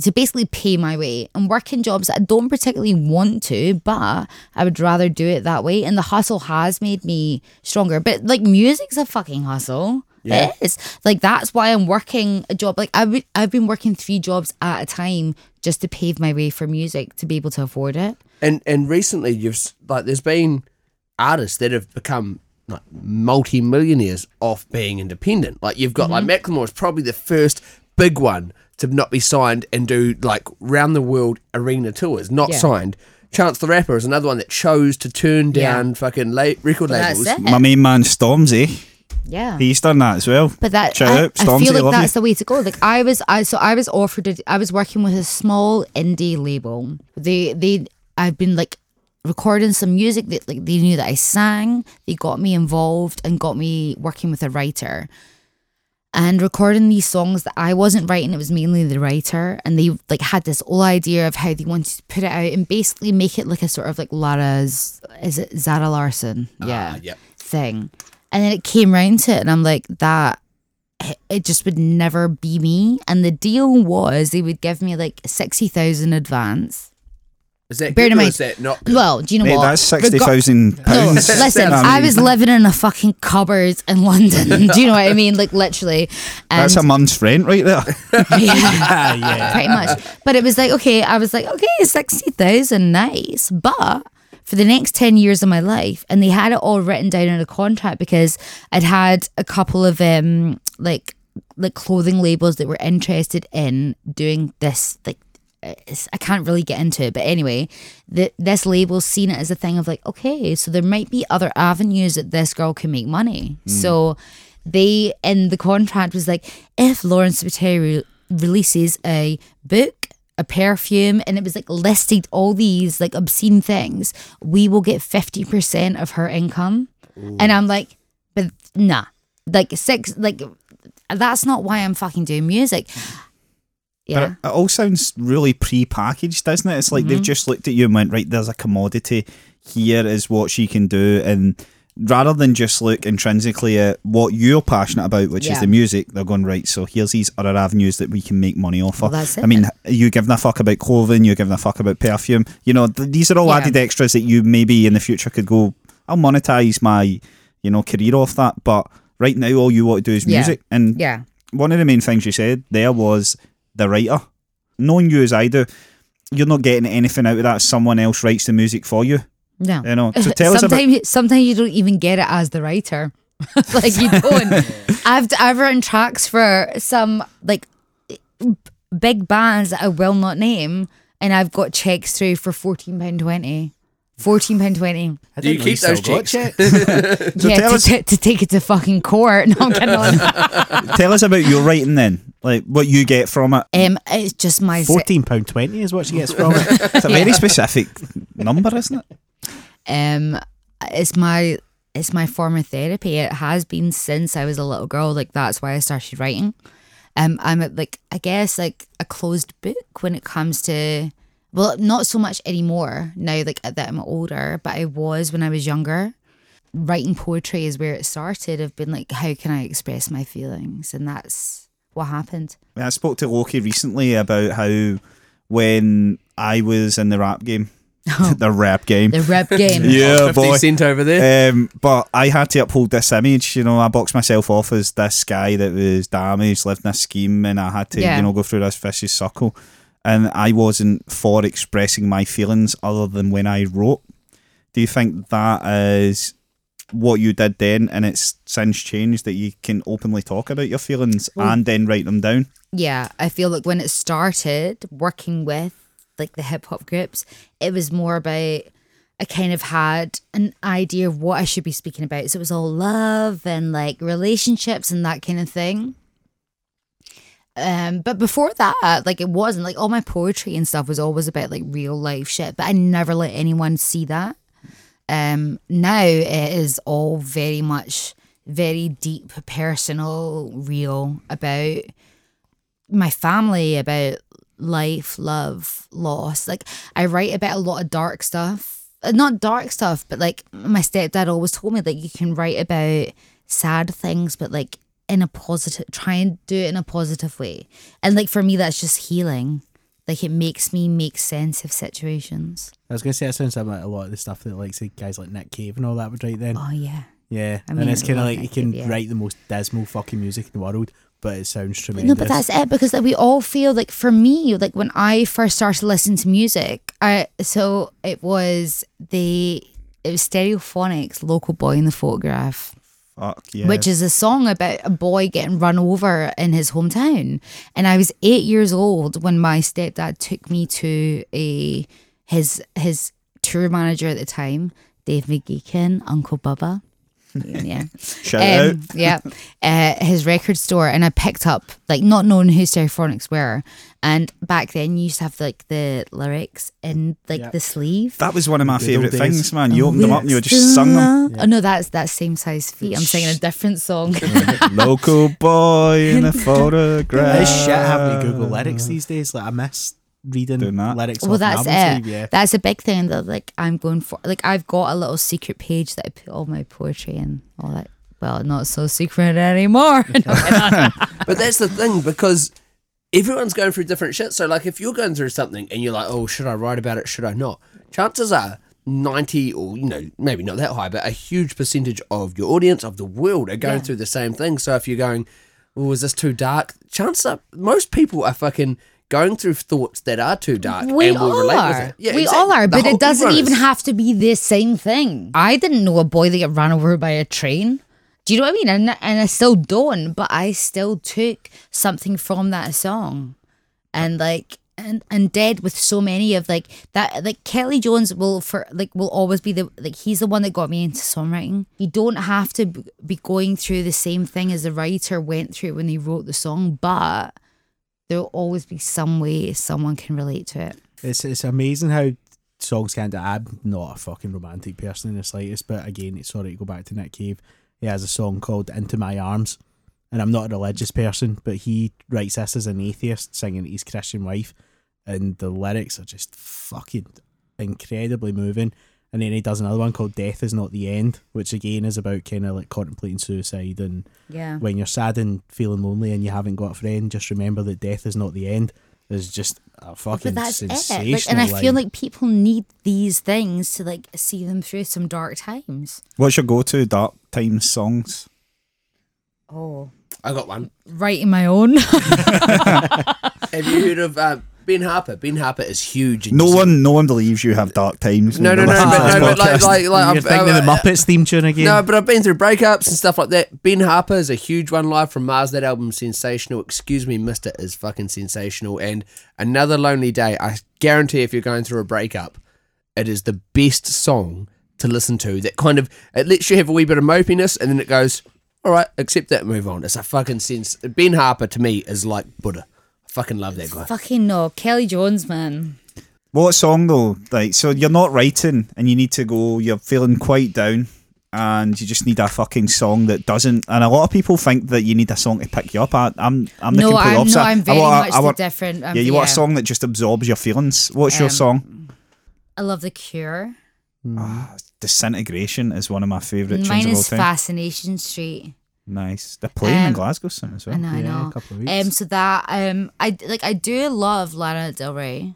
Speaker 3: to basically pay my way and work in jobs that I don't particularly want to, but I would rather do it that way. And the hustle has made me stronger. But like music's a fucking hustle.
Speaker 1: Yeah.
Speaker 3: It is. Like that's why I'm working a job. Like I would, I've been working three jobs at a time just to pave my way for music to be able to afford it.
Speaker 1: and and recently you've s- like there's been artists that have become like multi-millionaires off being independent like you've got like
Speaker 3: Mm-hmm.
Speaker 1: macklemore is probably the first big one to not be signed and do like round the world arena tours not
Speaker 3: Yeah.
Speaker 1: signed chance the rapper is another one that chose to turn
Speaker 3: Yeah.
Speaker 1: down fucking la- record
Speaker 3: Well, that's
Speaker 1: labels
Speaker 3: it.
Speaker 2: My main man Stormzy,
Speaker 3: Yeah.
Speaker 2: he's done that as well.
Speaker 3: But that
Speaker 2: shout
Speaker 3: I,
Speaker 2: out
Speaker 3: I
Speaker 2: Stormzy,
Speaker 3: feel like
Speaker 2: love
Speaker 3: that's
Speaker 2: you.
Speaker 3: the way to go. Like I was, I so I was offered. A, I was working with a small indie label. They they I've been like recording some music that like they knew that I sang. They got me involved and got me working with a writer. and recording these songs that I wasn't writing. It was mainly the writer, and they like had this whole idea of how they wanted to put it out and basically make it like a sort of like Lara's is it Zara Larson? yeah,
Speaker 1: yep.
Speaker 3: thing. And then it came round to it, and I'm like that. It just would never be me. And the deal was they would give me like sixty thousand advance.
Speaker 1: Is that
Speaker 3: Bear
Speaker 1: good
Speaker 3: in
Speaker 1: or
Speaker 3: mind-
Speaker 1: is that not good?
Speaker 3: Well, do you know
Speaker 2: Mate,
Speaker 3: what?
Speaker 2: that's sixty
Speaker 3: Rega-
Speaker 2: thousand
Speaker 3: no,
Speaker 2: pounds.
Speaker 3: listen,
Speaker 2: I mean,
Speaker 3: I was living in a fucking cupboard in London. Do you know what I mean? Like literally. And
Speaker 2: That's a month's rent right there.
Speaker 4: Ah, yeah.
Speaker 3: pretty much. But it was like, okay, I was like, okay, 60,000, nice. But for the next 10 years of my life, and they had it all written down in a contract because I'd had a couple of um like like clothing labels that were interested in doing this like it's- I can't really get into it, but anyway, th this label's seen it as a thing of like, okay, so there might be other avenues that this girl can make money. So they in the contract was like, if Lawrence Buteri re- releases a book, a perfume, and it was like listed all these like obscene things, we will get fifty percent of her income. And I'm like, but nah, like six, like that's not why I'm fucking doing music.
Speaker 2: But
Speaker 3: Yeah. Mm-hmm.
Speaker 2: it, it all sounds really pre-packaged, doesn't it? It's like they've just looked at you and went, right, there's a commodity. Here is what she can do. And rather than just look intrinsically at what you're passionate about, which is
Speaker 3: Yeah.
Speaker 2: the music, they're going, right, so here's these other avenues that we can make money off
Speaker 3: Well,
Speaker 2: of.
Speaker 3: that's
Speaker 2: I mean, you giving a fuck about clothing, you're giving a fuck about perfume. You know, th- these are all
Speaker 3: Yeah.
Speaker 2: added extras that you maybe in the future could go, I'll monetize my, you know, career off that. But right now, all you want to do is
Speaker 3: Yeah.
Speaker 2: music. And
Speaker 3: Yeah.
Speaker 2: one of the main things you said there was the writer. Knowing you as I do, you're not getting anything out of that. Someone else writes the music for you.
Speaker 3: No.
Speaker 2: You know. So tell us about.
Speaker 3: sometimes, sometimes you don't even get it as the writer. like you don't. I've I've written tracks for some like big bands that I will not name, and I've got checks through for fourteen pound twenty. Fourteen pound twenty.
Speaker 4: I
Speaker 1: Do you
Speaker 4: didn't know
Speaker 1: keep those
Speaker 4: still got
Speaker 1: checks?
Speaker 4: checks.
Speaker 3: yeah,
Speaker 2: tell
Speaker 3: to,
Speaker 2: us-
Speaker 3: t- to take it to fucking court. No, I'm kidding.
Speaker 2: Tell us about your writing then. Like what you get from it.
Speaker 3: um, it's just my s-
Speaker 4: Fourteen pound twenty is what she gets from it.
Speaker 2: It's a very specific number, isn't it?
Speaker 3: um it's my it's my form of therapy it has been since i was a little girl like that's why i started writing um i'm at like i guess like a closed book when it comes to well not so much anymore now like uh, that i'm older but i was when i was younger writing poetry is where it started of been like how can i express my feelings and that's what happened
Speaker 2: I spoke to Loki recently about how when I was in the rap game, Oh. the rap game,
Speaker 3: the rep game
Speaker 2: yeah, Oh, boy.
Speaker 1: cent over there.
Speaker 2: Um, but I had to uphold this image, you know. I boxed myself off as this guy that was damaged, lived in a scheme, and I had to,
Speaker 3: Yeah.
Speaker 2: you know, go through this vicious circle. And I wasn't for expressing my feelings other than when I wrote. Do you think that is what you did then, and it's since changed that you can openly talk about your feelings and then write them down?
Speaker 3: yeah, I feel like when it started working with like the hip hop groups, it was more about I kind of had an idea of what I should be speaking about. So it was all love and like relationships and that kind of thing. Um, but before that, like it wasn't like all my poetry and stuff was always about like real life shit, but I never let anyone see that. Um, now it is all very much very deep, personal, real about my family about life, love, loss. Like I write about a lot of dark stuff. Uh, Not dark stuff, but like my stepdad always told me that you can write about sad things, but like in a positive try and do it in a positive way. And like for me that's just healing. Like it makes me make sense of situations.
Speaker 4: I was gonna say that sounds like a lot of the stuff that like say guys like Nick Cave and all that would write then.
Speaker 3: Oh yeah.
Speaker 4: Yeah,
Speaker 3: I mean,
Speaker 4: and it's
Speaker 3: I
Speaker 4: kind of
Speaker 3: love
Speaker 4: like you
Speaker 3: Nick
Speaker 4: can
Speaker 3: Cave, yeah.
Speaker 4: write the most dismal fucking music in the world, but it sounds tremendous.
Speaker 3: No, but that's it because like we all feel like for me, like when I first started listening to music, I so it was the it was Stereophonics, "Local Boy in the Photograph."
Speaker 2: Fuck yeah.
Speaker 3: which is a song about a boy getting run over in his hometown. And I was eight years old when my stepdad took me to a his his tour manager at the time, Dave McGeekin, Uncle Bubba. yeah.
Speaker 2: Shout out.
Speaker 3: Um, yeah, uh, his record store, and I picked up like not knowing who Stereophonics were, and back then you used to have like the lyrics in like
Speaker 4: Yep.
Speaker 3: the sleeve.
Speaker 2: That was one of my
Speaker 4: Good old
Speaker 2: favourite
Speaker 4: days.
Speaker 2: things, man. You opened them up and you just sung
Speaker 3: sung
Speaker 2: them.
Speaker 3: Oh no, that's that same size feet. I'm singing a different song.
Speaker 2: Local boy in a photograph.
Speaker 4: This shit having to Google lyrics these days. Like I miss reading
Speaker 2: Doing that.
Speaker 4: lyrics.
Speaker 3: Uh, well,
Speaker 4: off an
Speaker 3: that's
Speaker 4: album
Speaker 3: it.
Speaker 4: sleeve, yeah.
Speaker 3: That's a big thing that like I'm going for. Like I've got a little secret page that I put all my poetry and all that. Well, not so secret anymore.
Speaker 1: But that's the thing because everyone's going through different shit. So like if you're going through something and you're like, oh, should I write about it? Should I not? Chances are. 90 or you know maybe not that high but a huge percentage of your audience of the world are going
Speaker 3: Yeah.
Speaker 1: through the same thing so if you're going oh is this too dark chances are most people are fucking going through thoughts that are too dark
Speaker 3: We
Speaker 1: and will
Speaker 3: all
Speaker 1: relate with
Speaker 3: are.
Speaker 1: it. Yeah,
Speaker 3: we
Speaker 1: exactly.
Speaker 3: all are,
Speaker 1: The
Speaker 3: but
Speaker 1: whole-
Speaker 3: it doesn't
Speaker 1: everyone
Speaker 3: even
Speaker 1: is.
Speaker 3: have to be the same thing. I didn't know a boy that got ran over by a train. Do you know what I mean? And, and I still don't, but I still took something from that song. And like, and, and dead with so many of like that like Kelly Jones will for like will always be the like he's the one that got me into songwriting. You don't have to b- be going through the same thing as the writer went through when they wrote the song, but there'll always be some way someone can relate to it.
Speaker 4: It's it's amazing how songs can. I'm not a fucking romantic person in the slightest, but again, it's sorry to go back to Nick Cave. He has a song called "Into My Arms," and I'm not a religious person, but he writes this as an atheist singing his Christian wife, and the lyrics are just fucking incredibly moving. And then he does another one called "Death Is Not the End," which again is about kind of like contemplating suicide and
Speaker 3: Yeah.
Speaker 4: when you're sad and feeling lonely and you haven't got a friend, just remember that death is not the end. Is just a fucking
Speaker 3: but that's
Speaker 4: sensational.
Speaker 3: it. Like, and I feel
Speaker 4: line.
Speaker 3: like people need these things to like see them through some dark times.
Speaker 2: What's your go-to dark time songs?
Speaker 3: Oh,
Speaker 1: i got one
Speaker 3: writing my own.
Speaker 1: have you heard of uh, ben harper ben harper is huge in
Speaker 2: No
Speaker 1: New Zealand.
Speaker 2: one, no one believes you have dark times.
Speaker 1: no
Speaker 2: when
Speaker 1: no
Speaker 2: you
Speaker 1: no
Speaker 2: listen to
Speaker 1: but,
Speaker 2: this
Speaker 1: no, but
Speaker 2: podcast.
Speaker 1: like like, like
Speaker 4: you're
Speaker 1: I've-
Speaker 4: thinking of
Speaker 1: I've-
Speaker 4: the Muppets theme tune again.
Speaker 1: No, but I've been through breakups and stuff like that. Ben Harper is a huge one live from Mars. That album sensational. Excuse me, Mister is fucking sensational. And another lonely day. I guarantee if you're going through a breakup, it is the best song to listen to. That kind of it lets you have a wee bit of mopiness, and then it goes, all right, accept that, and move on. It's a fucking sense. Ben Harper to me is like Buddha. I fucking love that guy.
Speaker 3: Fucking no, Kelly Jones, man.
Speaker 2: What song though? Like, so you're not writing, and you need to go. You're feeling quite down, and you just need a fucking song that doesn't. And a lot of people think that you need a song to pick you up. I, I'm, I'm the
Speaker 3: No,
Speaker 2: complete
Speaker 3: I'm- no,
Speaker 2: opposite.
Speaker 3: I'm
Speaker 2: I
Speaker 3: very
Speaker 2: want a-
Speaker 3: much
Speaker 2: I
Speaker 3: the
Speaker 2: want-
Speaker 3: different- I'm-
Speaker 2: yeah, you want a
Speaker 3: yeah.
Speaker 2: song that just absorbs your feelings. What's your
Speaker 3: Um,
Speaker 2: song? Ah,
Speaker 3: I love The Cure.
Speaker 2: Disintegration is one of my favourite tunes
Speaker 3: Mine
Speaker 2: of all
Speaker 3: is
Speaker 2: time.
Speaker 3: Fascination Street.
Speaker 2: Nice. They're playing in
Speaker 3: Um,
Speaker 2: Glasgow soon as well.
Speaker 3: I know, I
Speaker 4: Yeah, a
Speaker 3: know.
Speaker 4: couple of weeks.
Speaker 3: Um, so that um, I like I do love Lana Del Rey.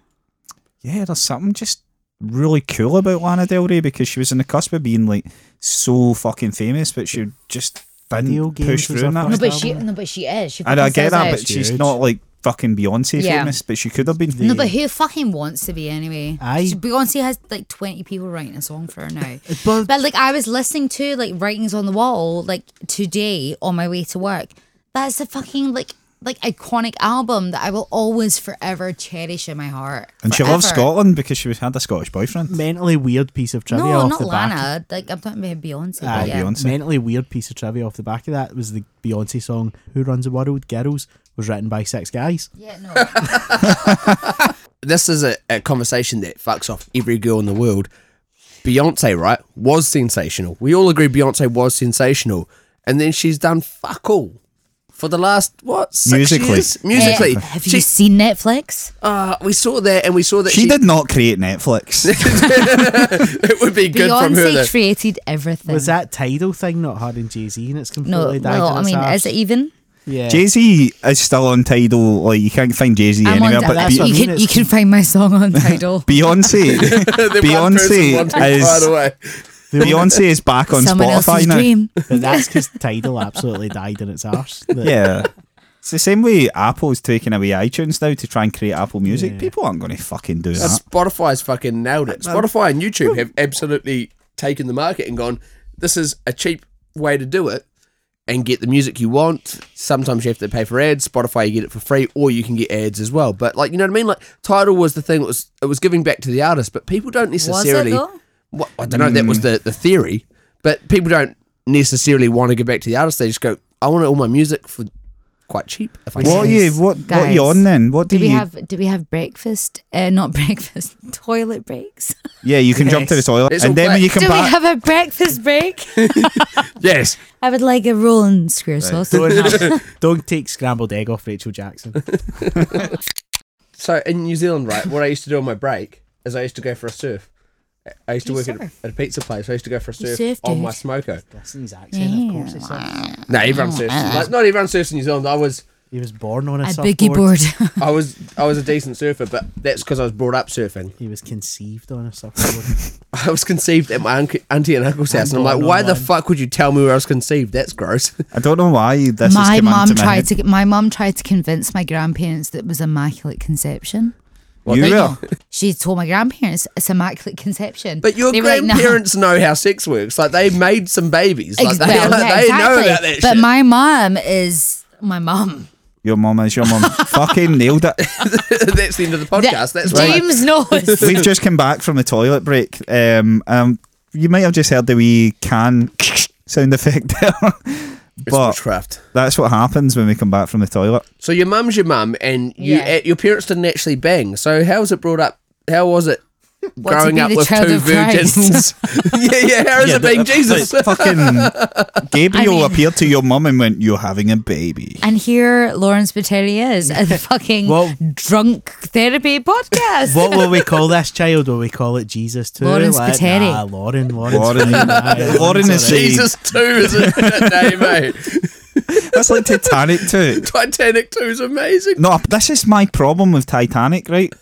Speaker 2: yeah, there's something just really cool about Lana Del Rey because she was on the cusp of being like so fucking famous, but she just
Speaker 4: Video
Speaker 2: didn't
Speaker 4: games
Speaker 2: push
Speaker 4: was
Speaker 2: through
Speaker 4: her
Speaker 2: in that.
Speaker 4: first
Speaker 3: No,
Speaker 2: way.
Speaker 3: but she no, but she is. She
Speaker 2: And I
Speaker 3: fucking
Speaker 2: get
Speaker 3: sells
Speaker 2: that,
Speaker 3: out.
Speaker 2: but she's
Speaker 4: Huge.
Speaker 2: not like fucking Beyonce
Speaker 3: Yeah.
Speaker 2: famous, but she could have been.
Speaker 3: no, but who fucking wants to be anyway?
Speaker 4: Aye.
Speaker 3: She- Beyonce has like twenty people writing a song for her now.
Speaker 4: But-
Speaker 3: But like I was listening to like writings on the wall like today on my way to work. That's a fucking like like iconic album that I will always forever cherish in my heart.
Speaker 2: and she loves
Speaker 3: Forever.
Speaker 2: Scotland because she was- had a Scottish boyfriend.
Speaker 4: mentally weird piece of trivia
Speaker 3: No,
Speaker 4: off
Speaker 3: not
Speaker 4: the back. Ah,
Speaker 3: Lana. Like I'm talking about Beyonce.
Speaker 4: Aye,
Speaker 3: but yeah.
Speaker 2: Beyonce.
Speaker 4: Mentally weird piece of trivia off the back of that was the Beyonce song "Who Runs the World, Girls" was written by six guys.
Speaker 3: Yeah, no.
Speaker 1: this is a, a conversation that fucks off every girl in the world. Beyonce, right, was sensational. We all agree Beyonce was sensational. And then she's done fuck all for the last, what, six
Speaker 2: Musically.
Speaker 1: years?
Speaker 3: Uh,
Speaker 1: Musically.
Speaker 3: have
Speaker 1: She-
Speaker 3: you seen Netflix?
Speaker 1: uh, we saw that and we saw that
Speaker 2: She, did not create Netflix.
Speaker 1: It would be good from her. though.
Speaker 3: Beyonce created everything.
Speaker 4: Was that tidal thing not hard in Jay Z and it's
Speaker 3: no?
Speaker 4: completely died
Speaker 3: Well, I
Speaker 4: in its
Speaker 3: mean,
Speaker 4: arse?
Speaker 3: is it even?
Speaker 4: Yeah,
Speaker 2: Jay Z is still on Tidal. Like you can't find Jay Z
Speaker 3: I'm on
Speaker 2: anywhere,
Speaker 3: Tidal.
Speaker 2: but
Speaker 4: That's
Speaker 2: Be-
Speaker 4: what I
Speaker 3: you
Speaker 4: mean,
Speaker 3: can
Speaker 4: it's-
Speaker 3: you can find my song on Tidal.
Speaker 2: Beyonce,
Speaker 1: The one person
Speaker 2: Beyonce
Speaker 1: wanted to
Speaker 2: is
Speaker 1: fly away.
Speaker 2: Beyonce is back on
Speaker 3: Someone
Speaker 2: Spotify
Speaker 3: else's
Speaker 2: now.
Speaker 3: dream.
Speaker 4: but that's because tidal absolutely died in its arse. The-
Speaker 2: Yeah. It's the same way Apple's taking away iTunes now to try and create Apple Music. People aren't going to fucking do that.
Speaker 1: Spotify's fucking nailed it. Spotify and YouTube have absolutely taken the market and gone, this is a cheap way to do it and get the music you want. Sometimes you have to pay for ads. Spotify you get it for free or you can get ads as well. But like you know what I mean? Like Tidal was the thing that was it was giving back to the artist, but people don't
Speaker 3: Was it
Speaker 1: necessarily
Speaker 3: though?
Speaker 1: What, I don't know, that was the, the theory. But people don't necessarily want to go back to the artist. They just go, I want all my music for quite cheap. If I
Speaker 2: What are
Speaker 1: can.
Speaker 2: you? What What are you
Speaker 3: Guys,
Speaker 2: on then? What do,
Speaker 3: Do we
Speaker 2: you?
Speaker 3: have do we have breakfast? Uh, not breakfast. Toilet breaks.
Speaker 2: yeah, you can jump to the
Speaker 1: Yes.
Speaker 2: toilet,
Speaker 1: It's all
Speaker 2: and then when
Speaker 1: black.
Speaker 2: you come
Speaker 3: do
Speaker 2: back,
Speaker 3: we have a breakfast break?
Speaker 1: Yes.
Speaker 3: I would like a roll and square sauce.
Speaker 4: Don't, have- don't take scrambled egg off Rachel Jackson.
Speaker 1: So in New Zealand, right, what I used to do on my break is I used to go for a surf. I used to
Speaker 3: You
Speaker 1: work at a,
Speaker 3: surf?
Speaker 1: at a pizza place. so I used to go for a surf,
Speaker 3: surf,
Speaker 1: on my
Speaker 3: dude.
Speaker 1: smoker.
Speaker 4: Dustin's accent, of course. It's a,
Speaker 1: No, everyone surfs. Like, not everyone surfs in New Zealand. I was,
Speaker 4: he was born on a,
Speaker 3: a
Speaker 4: surfboard.
Speaker 3: boogie board.
Speaker 1: I was, I was a decent surfer, but that's because I was brought up surfing.
Speaker 4: He was conceived on a surfboard.
Speaker 1: I was conceived at my unc- auntie and uncle's house, and I'm
Speaker 4: born
Speaker 1: like,
Speaker 4: on
Speaker 1: why the
Speaker 4: one.
Speaker 1: fuck would you tell me where I was conceived? That's gross.
Speaker 2: I don't know why this is
Speaker 3: my
Speaker 2: coming
Speaker 3: mom
Speaker 2: to my
Speaker 3: tried
Speaker 2: head.
Speaker 3: to get my mom tried to convince my grandparents that it was immaculate conception.
Speaker 2: you
Speaker 3: They
Speaker 2: will.
Speaker 3: know. She told my grandparents it's immaculate conception.
Speaker 1: But your
Speaker 3: They were like, "No."
Speaker 1: grandparents know how sex works. Like they made some babies. Like
Speaker 3: Ex-
Speaker 1: they,
Speaker 3: well,
Speaker 1: like,
Speaker 3: yeah,
Speaker 1: they know
Speaker 3: exactly.
Speaker 1: about that
Speaker 3: But
Speaker 1: shit.
Speaker 3: my mom is my mom.
Speaker 2: Your mum is your mum. Fucking nailed it.
Speaker 1: that's the end of the
Speaker 3: That-
Speaker 1: podcast. That's why.
Speaker 3: James knows.
Speaker 2: We've just come back from the toilet break. Um, um, you might have just heard the wee can sound effect there,
Speaker 1: It's
Speaker 2: but
Speaker 1: witchcraft.
Speaker 2: that's what happens when we come back from the toilet.
Speaker 1: So your mum's your mum, and you,
Speaker 3: Yeah.
Speaker 1: eh, your parents didn't actually bang. So how was it brought up? How was it
Speaker 3: to
Speaker 1: growing
Speaker 3: be
Speaker 1: up
Speaker 3: the
Speaker 1: with
Speaker 3: child
Speaker 1: two
Speaker 3: of Christ.
Speaker 1: virgins? yeah, yeah. How is it being Jesus?
Speaker 2: fucking Gabriel
Speaker 3: I mean-
Speaker 2: appeared to your mum and went, "You're having a baby."
Speaker 3: and here Lawrence Bateri is at the fucking
Speaker 4: Well-
Speaker 3: drunk therapy podcast.
Speaker 4: what will we call this child? Will we call it Jesus too?
Speaker 3: Lawrence Pateri.
Speaker 4: Nah, Lauren. Lauren's
Speaker 2: Lauren,
Speaker 4: fine. Nah,
Speaker 2: Lauren
Speaker 4: Lauren's
Speaker 2: is
Speaker 4: alright.
Speaker 1: Jesus two is a good name, mate.
Speaker 2: That's like Titanic too.
Speaker 1: Titanic two is amazing.
Speaker 2: No, this is my problem with Titanic. Right,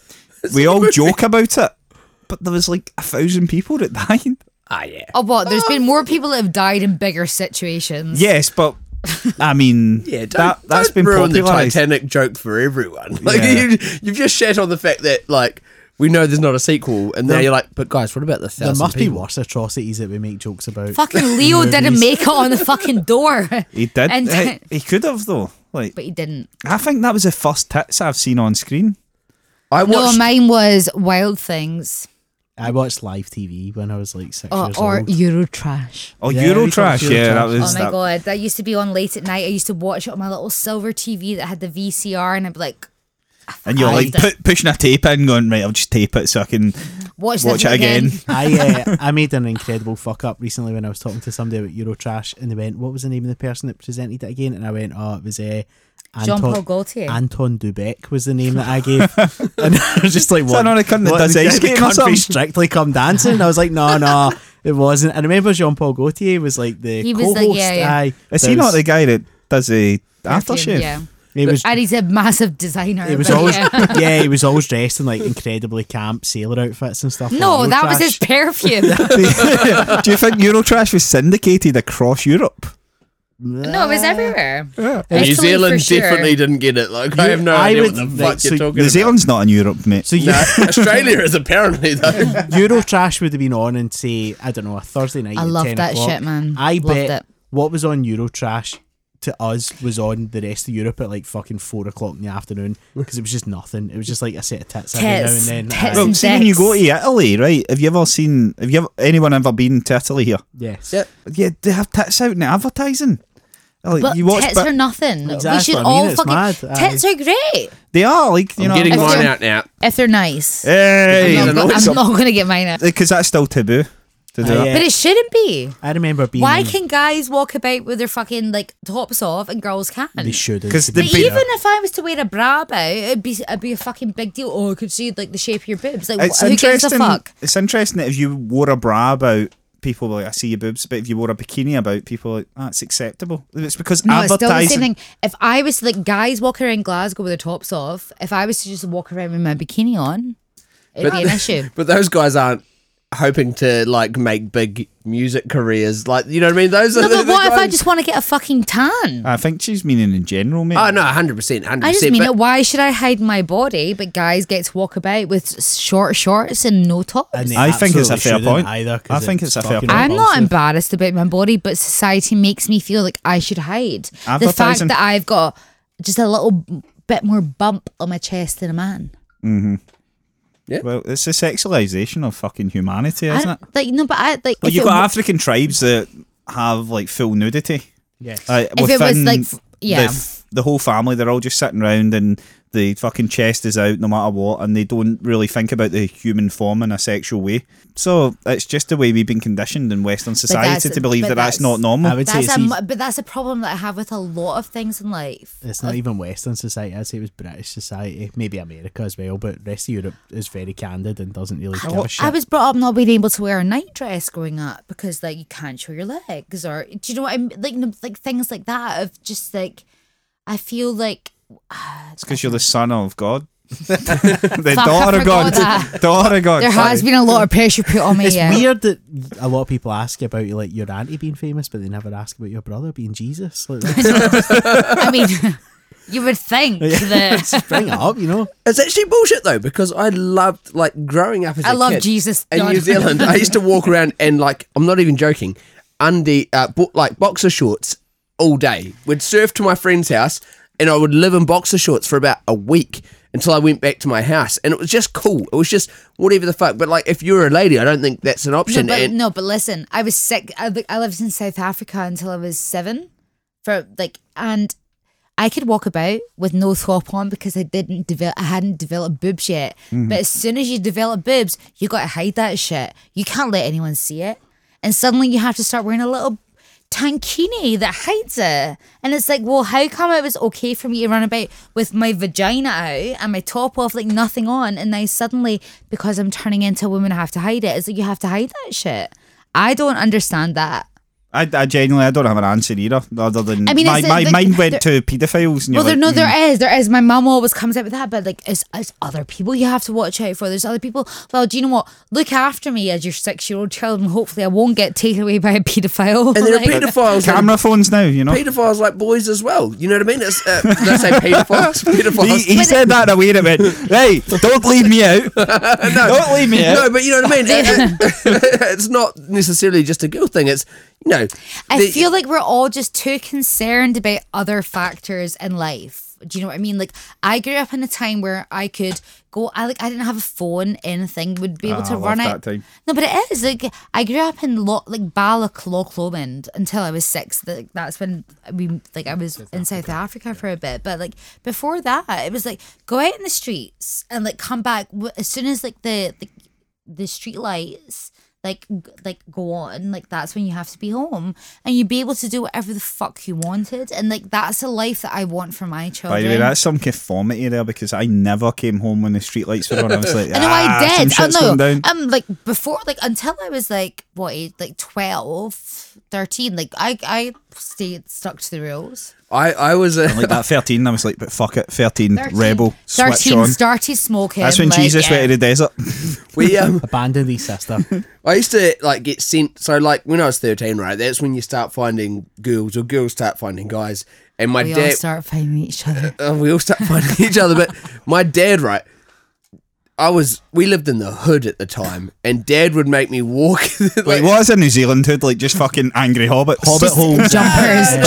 Speaker 2: we all joke about it, but there was like a thousand people that died.
Speaker 1: Ah, yeah.
Speaker 3: Oh, what? There's been more people that have died in bigger situations.
Speaker 2: Yes, but I mean,
Speaker 1: Yeah, don't,
Speaker 2: that that's
Speaker 1: don't
Speaker 2: been
Speaker 1: ruin the
Speaker 2: popularised.
Speaker 1: Titanic joke for everyone. Like
Speaker 2: Yeah.
Speaker 1: you, you've just shat on the fact that like we know there's not a sequel, and now you're like, but guys, what about the
Speaker 4: There
Speaker 1: thousand?
Speaker 4: must be
Speaker 1: people?
Speaker 4: worse atrocities that we make jokes about.
Speaker 3: Fucking Leo didn't make it on the fucking door.
Speaker 2: He did.
Speaker 3: And-
Speaker 2: he, he could have though. Like,
Speaker 3: but he didn't.
Speaker 2: I think that was the first tits I've seen on screen.
Speaker 1: I
Speaker 3: No,
Speaker 1: watched.
Speaker 3: mine was Wild Things
Speaker 4: I watched live TV when I was like six
Speaker 3: or,
Speaker 4: years
Speaker 3: Uh, or
Speaker 4: old.
Speaker 3: Eurotrash.
Speaker 2: Oh,
Speaker 4: Yeah, we
Speaker 2: Eurotrash.
Speaker 4: talked
Speaker 2: Yeah, that
Speaker 4: Eurotrash.
Speaker 2: was.
Speaker 3: Oh my
Speaker 2: that.
Speaker 3: god, that used to be on late at night. I used to watch it on my little silver TV that had the VCR, and I'd be like,
Speaker 2: And you're
Speaker 3: I
Speaker 2: like
Speaker 3: did.
Speaker 2: pu- pushing a tape in, going right. I'll just tape it so I can
Speaker 3: "Watch,
Speaker 2: watch
Speaker 3: this
Speaker 2: it again.
Speaker 4: I uh, I made an incredible fuck up recently when I was talking to somebody about Eurotrash, and they went, "What was the name of the person that presented it again?" And I went, "Oh, it was uh,
Speaker 3: Jean Paul
Speaker 4: Anton-
Speaker 3: Gaultier.
Speaker 4: Anton Dubek was the name that I gave." and I was just like, "What?"
Speaker 2: another cunt that
Speaker 4: what,
Speaker 2: does
Speaker 4: the
Speaker 2: ice skating
Speaker 4: guy that
Speaker 2: or
Speaker 4: can't be
Speaker 2: something?
Speaker 4: Strictly Come Dancing. And I was like, "No, no, it wasn't." I remember Jean Paul Gaultier was like the
Speaker 3: He was
Speaker 4: co-host.
Speaker 3: the- yeah, yeah.
Speaker 4: Aye,
Speaker 2: Is
Speaker 4: There
Speaker 2: he not
Speaker 4: was-
Speaker 2: the guy that does the
Speaker 3: Perfume,
Speaker 2: aftershave?
Speaker 3: Yeah,
Speaker 4: It was
Speaker 3: and he's a massive designer.
Speaker 4: It was
Speaker 3: but
Speaker 4: always
Speaker 3: yeah.
Speaker 4: yeah. he was always dressed in like incredibly camp sailor outfits and stuff.
Speaker 3: No,
Speaker 4: like
Speaker 3: that was
Speaker 4: Eurotrash.
Speaker 3: his perfume.
Speaker 2: Do you think Eurotrash was syndicated across Europe?
Speaker 3: no, it was everywhere.
Speaker 1: New
Speaker 3: Italy for
Speaker 1: Zealand
Speaker 3: sure.
Speaker 1: definitely didn't get it. Like I have no
Speaker 4: I
Speaker 1: idea what
Speaker 4: would-
Speaker 1: the
Speaker 4: like,
Speaker 1: fuck
Speaker 2: So
Speaker 1: you're talking
Speaker 2: New Zealand's not in Europe, mate.
Speaker 4: So you,
Speaker 1: about. No, Australia is apparently though.
Speaker 4: Eurotrash would have been on and say I don't know a Thursday night.
Speaker 3: I
Speaker 4: at
Speaker 3: love
Speaker 4: 10
Speaker 3: that
Speaker 4: o'clock.
Speaker 3: shit, man.
Speaker 4: I
Speaker 3: Loved
Speaker 4: bet
Speaker 3: it.
Speaker 4: what was on Eurotrash to us was on the rest of Europe at like fucking four o'clock in the afternoon because it was just nothing. It was just like a set of tits,
Speaker 3: Tits,
Speaker 4: every now and then.
Speaker 3: tits.
Speaker 4: Aye.
Speaker 2: Well, see, when you
Speaker 3: Index.
Speaker 2: go to Italy, right? Have you ever seen? Have you ever, anyone ever been to Italy here?
Speaker 4: yes.
Speaker 1: Yeah.
Speaker 2: Yeah, they have tits out in the advertising. Like,
Speaker 3: But
Speaker 2: you watch,
Speaker 3: tits
Speaker 2: but
Speaker 3: are nothing.
Speaker 4: Exactly,
Speaker 3: We should
Speaker 4: I mean,
Speaker 3: all
Speaker 4: it's
Speaker 3: fucking
Speaker 4: mad, aye.
Speaker 3: tits are great
Speaker 2: they are like you
Speaker 1: I'm
Speaker 2: know.
Speaker 1: getting
Speaker 3: If
Speaker 1: mine
Speaker 3: they're-
Speaker 1: out now.
Speaker 3: if they're nice.
Speaker 2: hey, um,
Speaker 1: Yeah,
Speaker 3: I'm, not,
Speaker 1: no, it's
Speaker 3: I'm not gonna get mine out,
Speaker 2: because that's still taboo to do
Speaker 4: Aye,
Speaker 2: that.
Speaker 4: yeah.
Speaker 3: but it shouldn't be.
Speaker 4: I remember being.
Speaker 3: Why can guys walk about with their fucking like tops off and girls can't?
Speaker 4: they should
Speaker 2: 'Cause
Speaker 3: But
Speaker 2: They'd be-
Speaker 3: even if I was to wear a bra out, it'd be it'd be a fucking big deal. Oh, I could see like the shape of your boobs. Like
Speaker 2: It's
Speaker 3: wh- who gives a
Speaker 2: interesting.
Speaker 3: fuck?
Speaker 2: It's interesting that if you wore a bra about people were like, I see your boobs, but if you wore a bikini about people, were like, ah, it's acceptable. It's because
Speaker 3: No, it's still
Speaker 2: advertising.
Speaker 3: the same thing. If I was like guys walking around Glasgow with their tops off, if I was to just walk around with my bikini on, it'd be an issue.
Speaker 1: But those guys aren't hoping to like make big music careers. Like you know what I mean? Those
Speaker 3: No,
Speaker 1: are the,
Speaker 3: but
Speaker 1: the
Speaker 3: what if I
Speaker 1: guys-
Speaker 3: just want to get a fucking tan?
Speaker 2: I think she's meaning in general, mate.
Speaker 1: Oh no, hundred percent, hundred
Speaker 3: I just
Speaker 1: percent.
Speaker 3: mean it. Why should I hide my body? But guys get to walk about with short shorts and no tops.
Speaker 4: And they
Speaker 2: I think it's a fair
Speaker 4: absolutely shouldn't
Speaker 2: point.
Speaker 4: Either 'cause
Speaker 2: I think it's a fair
Speaker 4: fucking
Speaker 2: point.
Speaker 3: I'm not
Speaker 4: repulsive.
Speaker 3: embarrassed about my body, but society makes me feel like I should hide. The fact
Speaker 2: Advertising.
Speaker 3: that I've got just a little bit more bump on my chest than a man.
Speaker 2: Well, it's the sexualization of fucking humanity,
Speaker 3: I
Speaker 2: isn't it?
Speaker 3: don't, like no, but I like.
Speaker 2: Well,
Speaker 3: if
Speaker 2: you've
Speaker 3: it
Speaker 2: got
Speaker 3: wa-
Speaker 2: African tribes that have like full nudity.
Speaker 4: Yes.
Speaker 2: Uh,
Speaker 3: If it was,
Speaker 2: within
Speaker 3: like, f- yeah.
Speaker 2: The, f- the whole family, they're all just sitting around and the fucking chest is out no matter what, and they don't really think about the human form in a sexual way. So it's just the way we've been conditioned in Western society
Speaker 3: that's-
Speaker 2: to believe
Speaker 3: but
Speaker 2: that that's, not
Speaker 3: that's-
Speaker 2: normal.
Speaker 4: I would say
Speaker 3: That's
Speaker 4: it's,
Speaker 3: a,
Speaker 4: eas-
Speaker 3: mu- but that's a problem that I have with a lot of things in life.
Speaker 4: it's not even Western society. I'd say it was British society, maybe America as well, but the rest of Europe is very candid and doesn't really give a shit.
Speaker 3: I was brought up not being able to wear a nightdress growing up because like you can't show your legs or do you know what I mean? Like no- like things like that of just like I feel like
Speaker 2: It's because you're the son of God. the
Speaker 3: I
Speaker 2: daughter of God.
Speaker 3: forgot
Speaker 2: Daughter of God.
Speaker 3: there has
Speaker 2: sorry.
Speaker 3: been a lot of pressure put on me.
Speaker 4: It's
Speaker 3: yeah.
Speaker 4: weird that a lot of people ask you about like your auntie being famous, but they never ask about your brother being Jesus. Like,
Speaker 3: I mean, you would think that
Speaker 4: bring it up, you know.
Speaker 1: It's actually bullshit though, because I loved like growing up as
Speaker 3: I
Speaker 1: a
Speaker 3: love
Speaker 1: kid
Speaker 3: Jesus,
Speaker 1: in
Speaker 3: God.
Speaker 1: New Zealand. I used to walk around and like I'm not even joking, undie, uh, bo- like boxer shorts all day. Would surf to my friend's house, and I would live in boxer shorts for about a week until I went back to my house, and it was just cool. It was just whatever the fuck. But like, if you're a lady, I don't think that's an
Speaker 3: No,
Speaker 1: option.
Speaker 3: but,
Speaker 1: and
Speaker 3: no, but listen, I was sick. I, li- I lived in South Africa until I was seven, for like, and I could walk about with no top on because I didn't develop. I hadn't developed boobs yet. But as soon as you develop boobs, you got to hide that shit. You can't let anyone see it, and suddenly you have to start wearing a little tankini that hides it. And it's like, well, how come it was okay for me to run about with my vagina out and my top off, like nothing on, and now suddenly because I'm turning into a woman, I have to hide it. It's like you have to hide that shit. I don't understand that.
Speaker 2: I, I genuinely, I don't have an answer either, other than
Speaker 3: I mean,
Speaker 2: my,
Speaker 3: it's a-
Speaker 2: my
Speaker 3: the-
Speaker 2: mind went to paedophiles. And you're
Speaker 3: well, there,
Speaker 2: like,
Speaker 3: no,
Speaker 2: mm.
Speaker 3: there is, there is. My mum always comes out with that, but like, it's, it's other people you have to watch out for. There's other people. Well, do you know what? Look after me as your six year old child, and hopefully, I won't get taken away by a paedophile.
Speaker 1: and there are
Speaker 3: Like-
Speaker 1: pedophiles. that are
Speaker 2: camera phones now, you know.
Speaker 1: Pedophiles like boys as well. You know what I mean? It's, uh, did I say pedophiles?
Speaker 2: He,
Speaker 1: pedophiles.
Speaker 2: he said that in a way that went, hey, don't leave me out. Don't leave me out.
Speaker 1: No, but you know what I mean. It- it- it's not necessarily just a girl thing. It's you know.
Speaker 3: I
Speaker 1: the-
Speaker 3: feel like we're all just too concerned about other factors in life. Do you know what I mean? Like I grew up in a time where I could go. I like I didn't have a phone. Anything would be able
Speaker 2: Ah,
Speaker 3: to
Speaker 2: I
Speaker 3: run
Speaker 2: love
Speaker 3: out.
Speaker 2: that time.
Speaker 3: No, but it is like I grew up in Lo- like Balaclog Lomond until I was six. Like that's when we like I was in South Africa for a bit. But like before that, it was like go out in the streets and like come back w- as soon as like the like, the street lights like g- like go on like that's when you have to be home and you'd be able to do whatever the fuck you wanted and like that's a life that i want for my
Speaker 2: By
Speaker 3: children
Speaker 2: the way, that's some conformity there because I never came home when the streetlights were on. I was like,
Speaker 3: I know
Speaker 2: ah,
Speaker 3: I did.
Speaker 2: Some shit's
Speaker 3: I
Speaker 2: going
Speaker 3: know.
Speaker 2: down.
Speaker 3: Um, like before, like until I was like what, age, like 12, 13, Like I, I stayed stuck to the rules.
Speaker 1: I I was a,
Speaker 2: like that 13, I was like, but fuck it, 13,
Speaker 3: 13,
Speaker 2: rebel, switch on.
Speaker 3: started smoking.
Speaker 2: That's when
Speaker 3: like,
Speaker 2: Jesus
Speaker 3: yeah.
Speaker 2: went to the desert.
Speaker 1: we um
Speaker 4: Abandon thee, sister.
Speaker 1: I used to like get sent. So like when I was thirteen, right? That's when you start finding girls or girls start finding guys. And my
Speaker 3: We all
Speaker 1: dad,
Speaker 3: start finding each other.
Speaker 1: uh, we all start finding each other. But my dad, right? I was. We lived in the hood at the time, and Dad would make me walk.
Speaker 2: Wait,
Speaker 1: like,
Speaker 2: what is a New Zealand hood? Like just fucking angry hobbits. Hobbit holes.
Speaker 3: Jumpers,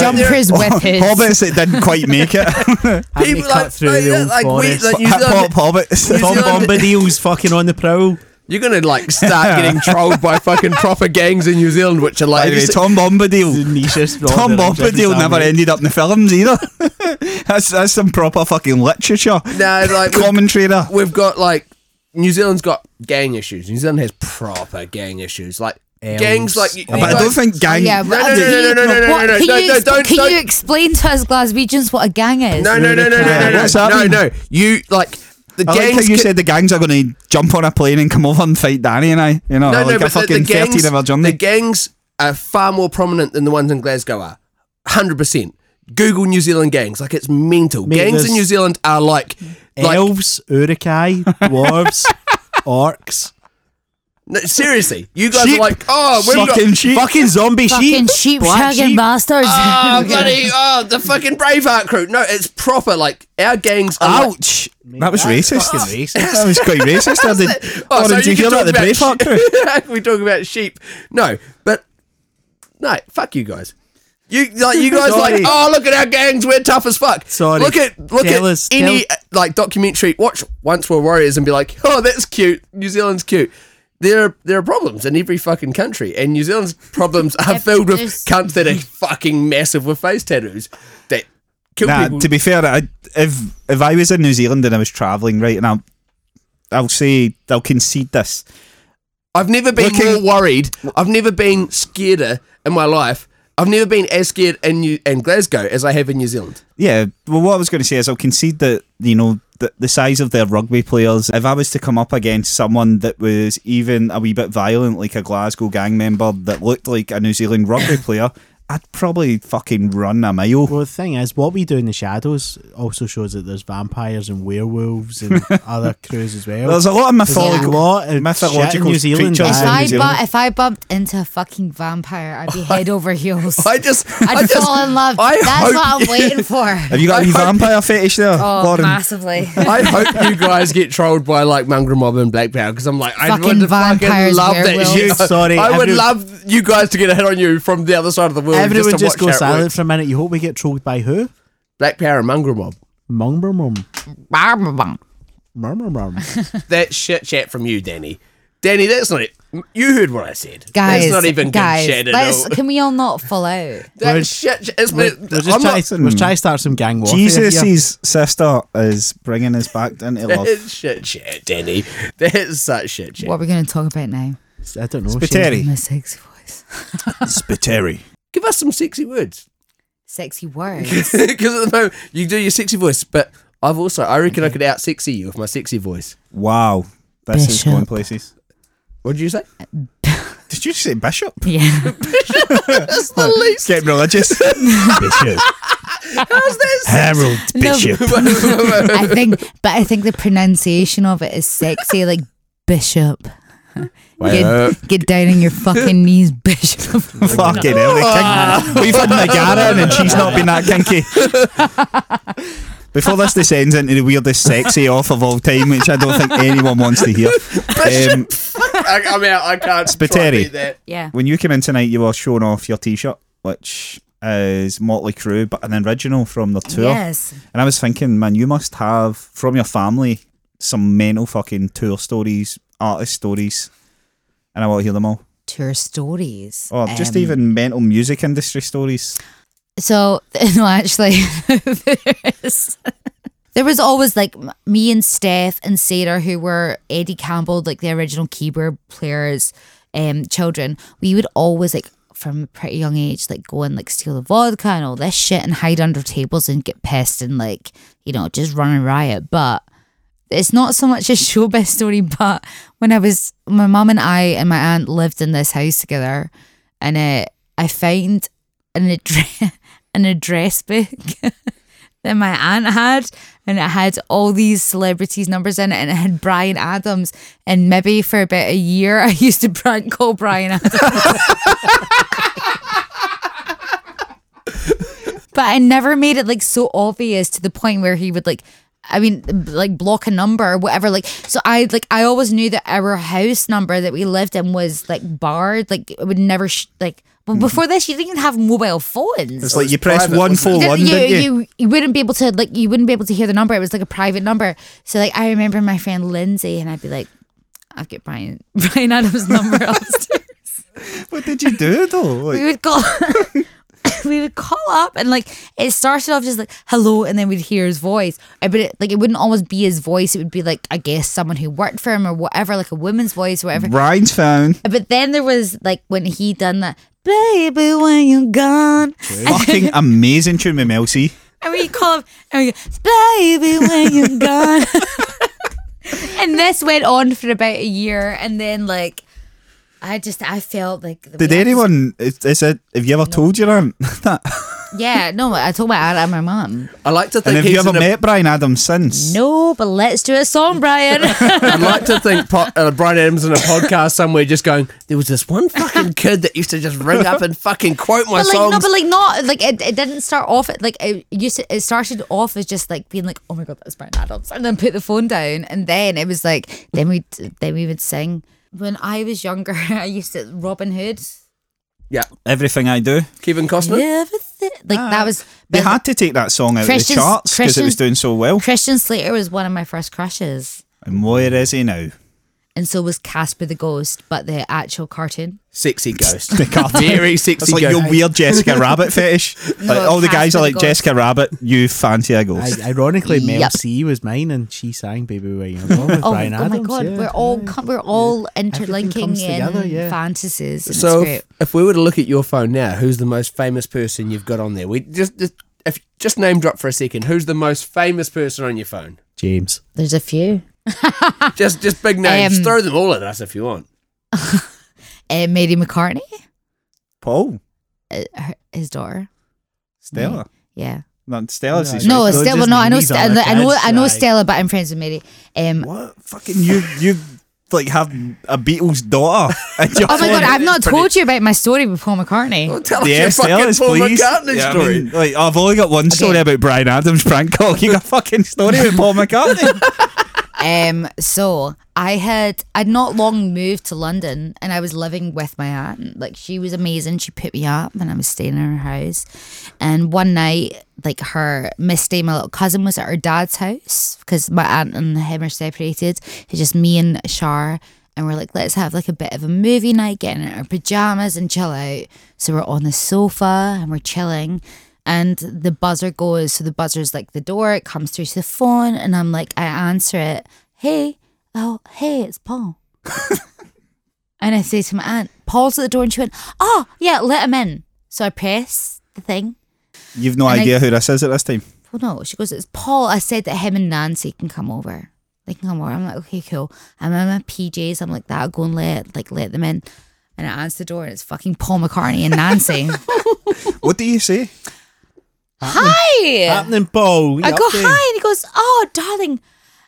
Speaker 3: jumpers, whippers.
Speaker 2: hobbits that didn't quite make it.
Speaker 4: Having to
Speaker 1: People
Speaker 4: cut
Speaker 1: like-
Speaker 4: through
Speaker 1: like
Speaker 4: the
Speaker 1: that,
Speaker 4: old
Speaker 1: like we-
Speaker 4: forest.
Speaker 1: like- New
Speaker 2: Hip hop
Speaker 1: Zealand-
Speaker 2: hobbits.
Speaker 1: New
Speaker 4: Tom
Speaker 1: Zealand-
Speaker 4: Bombadil's fucking on the prowl.
Speaker 1: You're gonna like start getting trolled by fucking proper gangs in New Zealand, which are
Speaker 2: By
Speaker 1: like
Speaker 2: the way,
Speaker 1: just-
Speaker 2: Tom
Speaker 4: The
Speaker 2: Bombadil.
Speaker 4: nichest
Speaker 2: Tom
Speaker 4: brother in Jeffrey
Speaker 2: Bombadil never
Speaker 4: Dahmer.
Speaker 2: ended up in the films either. that's that's some proper fucking literature.
Speaker 1: No, like, we-
Speaker 2: commentary there.
Speaker 1: we've got like New Zealand's got gang issues. New Zealand has proper gang issues, like
Speaker 4: Elves.
Speaker 1: gangs like. you-
Speaker 4: But
Speaker 2: Oh, But
Speaker 1: like-
Speaker 2: I don't think gang.
Speaker 3: yeah,
Speaker 1: no,
Speaker 3: but-
Speaker 1: no, no, no, no, no, no,
Speaker 3: What-
Speaker 1: no,
Speaker 3: Can
Speaker 1: no,
Speaker 3: you
Speaker 1: no,
Speaker 3: ex-
Speaker 1: don't-
Speaker 3: can you
Speaker 1: don't-
Speaker 3: explain to us Glaswegians what a gang is?
Speaker 1: No, no, no, no, no, no, no,
Speaker 2: What's
Speaker 1: no,
Speaker 2: happening? Oh,
Speaker 1: no. You like the
Speaker 2: I like
Speaker 1: gangs.
Speaker 2: how you
Speaker 1: ca-
Speaker 2: said the gangs are going to jump on a plane and come over and fight Danny and I. You know,
Speaker 1: no,
Speaker 2: oh, like
Speaker 1: no,
Speaker 2: a
Speaker 1: but the, the
Speaker 2: fucking
Speaker 1: gangs.
Speaker 2: thirteen-hour
Speaker 1: The
Speaker 2: journey.
Speaker 1: gangs are far more prominent than the ones in Glasgow are. Hundred percent. Google New Zealand gangs, like it's mental.
Speaker 4: Mate,
Speaker 1: gangs in
Speaker 4: there's-
Speaker 1: New Zealand are like, like
Speaker 4: Elves, Urukai, dwarves, orcs,
Speaker 1: no, seriously. You guys
Speaker 2: Sheep.
Speaker 1: are like, oh, we've got
Speaker 2: fucking sheep.
Speaker 4: fucking zombie
Speaker 3: Fucking sheep Um,
Speaker 4: black
Speaker 3: shagging
Speaker 4: sheep.
Speaker 3: bastards.
Speaker 1: Oh, bloody, oh, the fucking Braveheart crew. No, it's proper. Like, our gangs are. Like,
Speaker 2: Ouch! That was
Speaker 4: That's
Speaker 2: racist.
Speaker 4: fucking racist.
Speaker 2: that was quite racist. I did.
Speaker 1: oh,
Speaker 2: Oh,
Speaker 1: so
Speaker 2: did
Speaker 1: you
Speaker 2: you
Speaker 1: can
Speaker 2: hear
Speaker 1: talk
Speaker 2: that? The
Speaker 1: about
Speaker 2: Braveheart
Speaker 1: sheep.
Speaker 2: crew.
Speaker 1: we talk about sheep. No, but. No, fuck you guys. You like you guys like
Speaker 4: Sorry.
Speaker 1: oh look at our gangs we're tough as fuck.
Speaker 4: Sorry.
Speaker 1: Look at look
Speaker 4: Tell
Speaker 1: at
Speaker 4: us-
Speaker 1: any
Speaker 4: tell-
Speaker 1: like documentary. Watch Once We're Warriors and be like oh that's cute. New Zealand's cute. There are, there are problems in every fucking country, and New Zealand's problems are filled with
Speaker 3: there's-
Speaker 1: cunts that are fucking massive with face tattoos that kill
Speaker 2: Nah,
Speaker 1: people.
Speaker 2: to be fair, I, if if I was in New Zealand and I was travelling, right, and I'll I'll say I'll concede this.
Speaker 1: I've never been
Speaker 2: Looking-
Speaker 1: more worried. I've never been scareder in my life. I've never been as scared in New in Glasgow as I have in New Zealand.
Speaker 2: Yeah, well, what I was going to say is I'll concede that you know the, the size of their rugby players. If I was to come up against someone that was even a wee bit violent, like a Glasgow gang member that looked like a New Zealand rugby player, I'd probably fucking run a mile.
Speaker 4: Well, the thing is, what we do in the shadows also shows that there's vampires and werewolves and other crews as well.
Speaker 2: There's a lot of
Speaker 4: There's
Speaker 2: mythological,
Speaker 4: a lot of shit in
Speaker 2: mythological
Speaker 4: New Zealand.
Speaker 2: creatures
Speaker 4: man.
Speaker 2: in New
Speaker 3: I
Speaker 2: Zealand.
Speaker 3: bu- if I bumped into a fucking vampire, I'd be head over heels.
Speaker 1: I just,
Speaker 3: I'd
Speaker 1: I just-
Speaker 3: fall in love.
Speaker 1: I
Speaker 3: That's
Speaker 1: hope-
Speaker 3: what I'm waiting for.
Speaker 2: Have you got
Speaker 1: I
Speaker 2: any
Speaker 1: hope-
Speaker 2: vampire fetish there,
Speaker 3: Oh,
Speaker 2: Lauren?
Speaker 3: massively.
Speaker 1: I hope you guys get trolled by like Mongrel Mob and Black Power because I'm like, I
Speaker 3: Fucking
Speaker 1: would fucking
Speaker 3: vampires,
Speaker 1: love that
Speaker 3: werewolves.
Speaker 1: shit.
Speaker 4: Dude, sorry,
Speaker 1: I would
Speaker 4: everyone-
Speaker 1: love you guys to get a hit on you from the other side of the world.
Speaker 4: Everyone
Speaker 1: just, to
Speaker 4: just
Speaker 1: watch
Speaker 4: goes
Speaker 1: how it
Speaker 4: silent
Speaker 1: works.
Speaker 4: for a minute. You hope we get trolled by who?
Speaker 1: Black Power and Mongrel Mob.
Speaker 4: Mumber mum.
Speaker 3: That's
Speaker 4: Murmur mum.
Speaker 1: That shit chat from you, Danny. Danny, that's not it. You heard what I said.
Speaker 3: Guys,
Speaker 1: that's not even
Speaker 3: guys,
Speaker 1: good shit at
Speaker 3: let's-
Speaker 1: all.
Speaker 3: Can we all not fall out?
Speaker 1: That shit. ch- It's,
Speaker 4: We're
Speaker 1: I'm
Speaker 4: we're just
Speaker 1: not-
Speaker 4: trying to we're trying to start some gang warfare. here.
Speaker 2: Jesus' sister is bringing us back into love.
Speaker 1: That's shit shit, Danny. That's such shit shit.
Speaker 3: What are we going to talk about now?
Speaker 4: I don't know.
Speaker 2: Spiteri.
Speaker 4: Shane.
Speaker 3: My sexy voice.
Speaker 2: Spiteri.
Speaker 1: Give us some sexy words.
Speaker 3: Sexy words.
Speaker 1: Because at the moment, you do your sexy voice, but I've also, I reckon I could out sexy you with my sexy voice.
Speaker 2: Wow. This is going
Speaker 3: Bishop.
Speaker 2: places.
Speaker 1: What did you say?
Speaker 2: Did you say bishop?
Speaker 3: yeah.
Speaker 1: That's the least.
Speaker 2: Getting religious. bishop.
Speaker 1: How's that?
Speaker 2: Harold
Speaker 3: No.
Speaker 2: Bishop.
Speaker 3: I think, but I think the pronunciation of it is sexy, like bishop. Get, get down on your fucking knees, bishop.
Speaker 2: Fucking hell, the king. We've had Nagara in and she's not been that kinky. Before this descends into the weirdest sexy off of all time, which I don't think anyone wants to hear. Um,
Speaker 1: I, I'm out. I can't. try and
Speaker 2: Spiteri.
Speaker 1: beat that.
Speaker 3: Yeah.
Speaker 2: when you came in tonight, you were showing off your t-shirt, which is Motley Crue, but an original from their tour.
Speaker 3: Yes.
Speaker 2: And I was thinking, man, you must have from your family some mental fucking tour stories, artist stories, and I want to hear them all.
Speaker 3: Tour stories.
Speaker 2: Or Oh, just
Speaker 3: Um,
Speaker 2: even mental music industry stories.
Speaker 3: So no, actually, there is. There was always like m- me and Steph and Sarah, who were Eddie Campbell, like the original keyboard players, um, children. We would always like from a pretty young age, like go and like steal the vodka and all this shit and hide under tables and get pissed and like you know just run a riot. But it's not so much a showbiz story, but when I was, my mum and I and my aunt lived in this house together, and uh, I found an address, an address book that my aunt had, and it had all these celebrities' numbers in it, and it had Brian Adams, and maybe for about a year I used to prank call Brian Adams. But I never made it like so obvious to the point where he would like, I mean, like block a number or whatever. Like, so I like I always knew that our house number that we lived in was like barred. Like, it would never sh- like. But before this, you didn't even have mobile phones.
Speaker 2: It's like you press
Speaker 1: private,
Speaker 2: one
Speaker 1: wasn't
Speaker 2: four
Speaker 1: it?
Speaker 2: one,
Speaker 3: You-
Speaker 2: didn't you?
Speaker 3: you, you wouldn't be able to like you wouldn't be able to hear the number. It was like a private number. So like I remember my friend Lindsay and I'd be like, I'll get Brian Brian Adams' number upstairs.
Speaker 2: What did you do though?
Speaker 3: we
Speaker 2: Like,
Speaker 3: would call we would call up and like it started off just like hello and then we'd hear his voice. Uh, But it, like it wouldn't always be his voice. It would be like I guess someone who worked for him or whatever, like a woman's voice or whatever.
Speaker 2: Ryan's phone.
Speaker 3: But then there was like when he done that, baby when you're gone.
Speaker 2: fucking amazing tune with Mel C.
Speaker 3: And we call him, and we go, baby, when you're gone. and this went on for about a year. And then, like, I just, I felt like.
Speaker 2: Did anyone? Is, is it? Have you ever told your aunt that?
Speaker 3: Yeah, no, I told my aunt and my mum.
Speaker 1: I like to
Speaker 2: And
Speaker 1: think.
Speaker 2: have you
Speaker 1: he's
Speaker 2: ever
Speaker 1: an,
Speaker 2: met Brian Adams since?
Speaker 3: No, but let's do a song, Brian.
Speaker 1: I like to think po- uh, Brian Adams in a podcast somewhere just going. There was this one fucking kid that used to just ring up and fucking quote my
Speaker 3: but like,
Speaker 1: songs.
Speaker 3: no, but like, not like it, it didn't start off at- like it used to, it started off as just like being like, oh my god, that's Brian Adams, and then put the phone down, and then it was like, then we then we would sing. When I was younger, I used to Robin Hood.
Speaker 1: yeah,
Speaker 2: Everything I do.
Speaker 1: Kevin Costner.
Speaker 3: Everything like
Speaker 4: Ah,
Speaker 3: that was
Speaker 2: They had to take that song out
Speaker 3: Christian's-
Speaker 2: of the charts because it was
Speaker 3: Christian's-
Speaker 2: doing so well.
Speaker 3: Christian Slater was one of my first crushes.
Speaker 2: And where is he now?
Speaker 3: and so was Casper the Ghost, but the actual cartoon.
Speaker 5: Sexy ghost. Very
Speaker 2: It's
Speaker 5: sexy
Speaker 2: like
Speaker 5: ghost.
Speaker 2: your weird Jessica Rabbit fetish.
Speaker 3: No,
Speaker 2: like, all the guys
Speaker 3: Casper
Speaker 2: are
Speaker 3: the
Speaker 2: like
Speaker 3: Ghost.
Speaker 2: Jessica Rabbit. You fancy a ghost?
Speaker 4: I, ironically, Mel
Speaker 3: Yep.
Speaker 4: C was mine, and she sang "Baby Where You Going" with
Speaker 3: Oh,
Speaker 4: Brian
Speaker 3: oh
Speaker 4: Adams.
Speaker 3: my God,
Speaker 4: yeah.
Speaker 3: we're all co- we're all interlinking in
Speaker 4: comes together, yeah.
Speaker 3: fantasies. and
Speaker 5: So
Speaker 3: it's great.
Speaker 5: if, if we were to look at your phone now, who's the most famous person you've got on there? We just, just if just name drop for a second. Who's the most famous person on your phone?
Speaker 4: James.
Speaker 3: there's a few.
Speaker 5: Just just big names.
Speaker 3: Um,
Speaker 5: Throw them all at us if you want.
Speaker 3: Uh, Mary McCartney,
Speaker 2: Paul,
Speaker 3: uh, her, his daughter.
Speaker 2: Stella.
Speaker 3: Yeah.
Speaker 2: No, Stella's his
Speaker 3: No,
Speaker 4: Right, so
Speaker 3: Stella.
Speaker 4: just
Speaker 3: Well, no, I know.
Speaker 4: these
Speaker 3: Ste-
Speaker 4: other
Speaker 3: I know.
Speaker 4: kids,
Speaker 3: I know
Speaker 4: like-
Speaker 3: Stella, but I'm friends with Mary. Um,
Speaker 2: What fucking you? You like have a Beatles daughter? And you're
Speaker 3: oh my God,
Speaker 2: like-
Speaker 3: I've not told you about my story with Paul McCartney.
Speaker 5: Tell
Speaker 2: Yeah,
Speaker 5: us your
Speaker 2: tell
Speaker 5: fucking
Speaker 2: us,
Speaker 5: Paul
Speaker 2: please.
Speaker 5: McCartney
Speaker 2: Yeah, I
Speaker 5: story.
Speaker 2: mean, like, I've only got one story about Brian Adams' prank call. You got a fucking story with Paul McCartney.
Speaker 3: um, so I had I'd not long moved to London, and I was living with my aunt. Like she was amazing. She put me up, and I was staying in her house. And one night, like her Miss Day, my little cousin, was at her dad's house because my aunt and him are separated. It's just me and Shar. And we're like, let's have like a bit of a movie night, get in our pajamas and chill out. So we're on the sofa and we're chilling and the buzzer goes. So the buzzer's like the door, it comes through to the phone, and I'm like, I answer it. Hey, oh, hey, it's Paul. and I say to my aunt, Paul's at the door, and she went, Oh, yeah, let him in. So I press the thing.
Speaker 2: You've no
Speaker 3: And I-
Speaker 2: idea who this is at this time.
Speaker 3: Well, no, she goes, It's Paul. I said that him and Nancy can come over. They can come over. I'm like, Okay, cool. I'm in my PJs. I'm like, That'll go and let, like, let them in. And I answer the door, and it's fucking Paul McCartney and Nancy.
Speaker 2: What do you say?
Speaker 3: Hi!
Speaker 4: Happening, Paul.
Speaker 3: I
Speaker 4: you
Speaker 3: go
Speaker 4: up there?
Speaker 3: hi, and he goes, "Oh, darling,"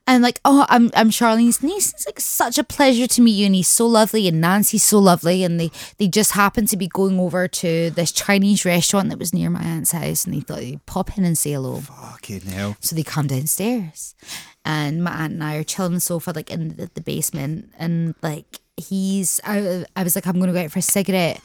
Speaker 3: and like, "Oh, I'm I'm Charlene's niece. It's like such a pleasure to meet you, and he's so lovely, and Nancy's so lovely, and they they just happened to be going over to this Chinese restaurant that was near my aunt's house, and they thought they'd pop in and say hello.
Speaker 2: Fucking hell.
Speaker 3: So they come downstairs, and my aunt and I are chilling on the sofa, like in the, the basement, and like he's, I, I was like, I'm gonna go out for a cigarette,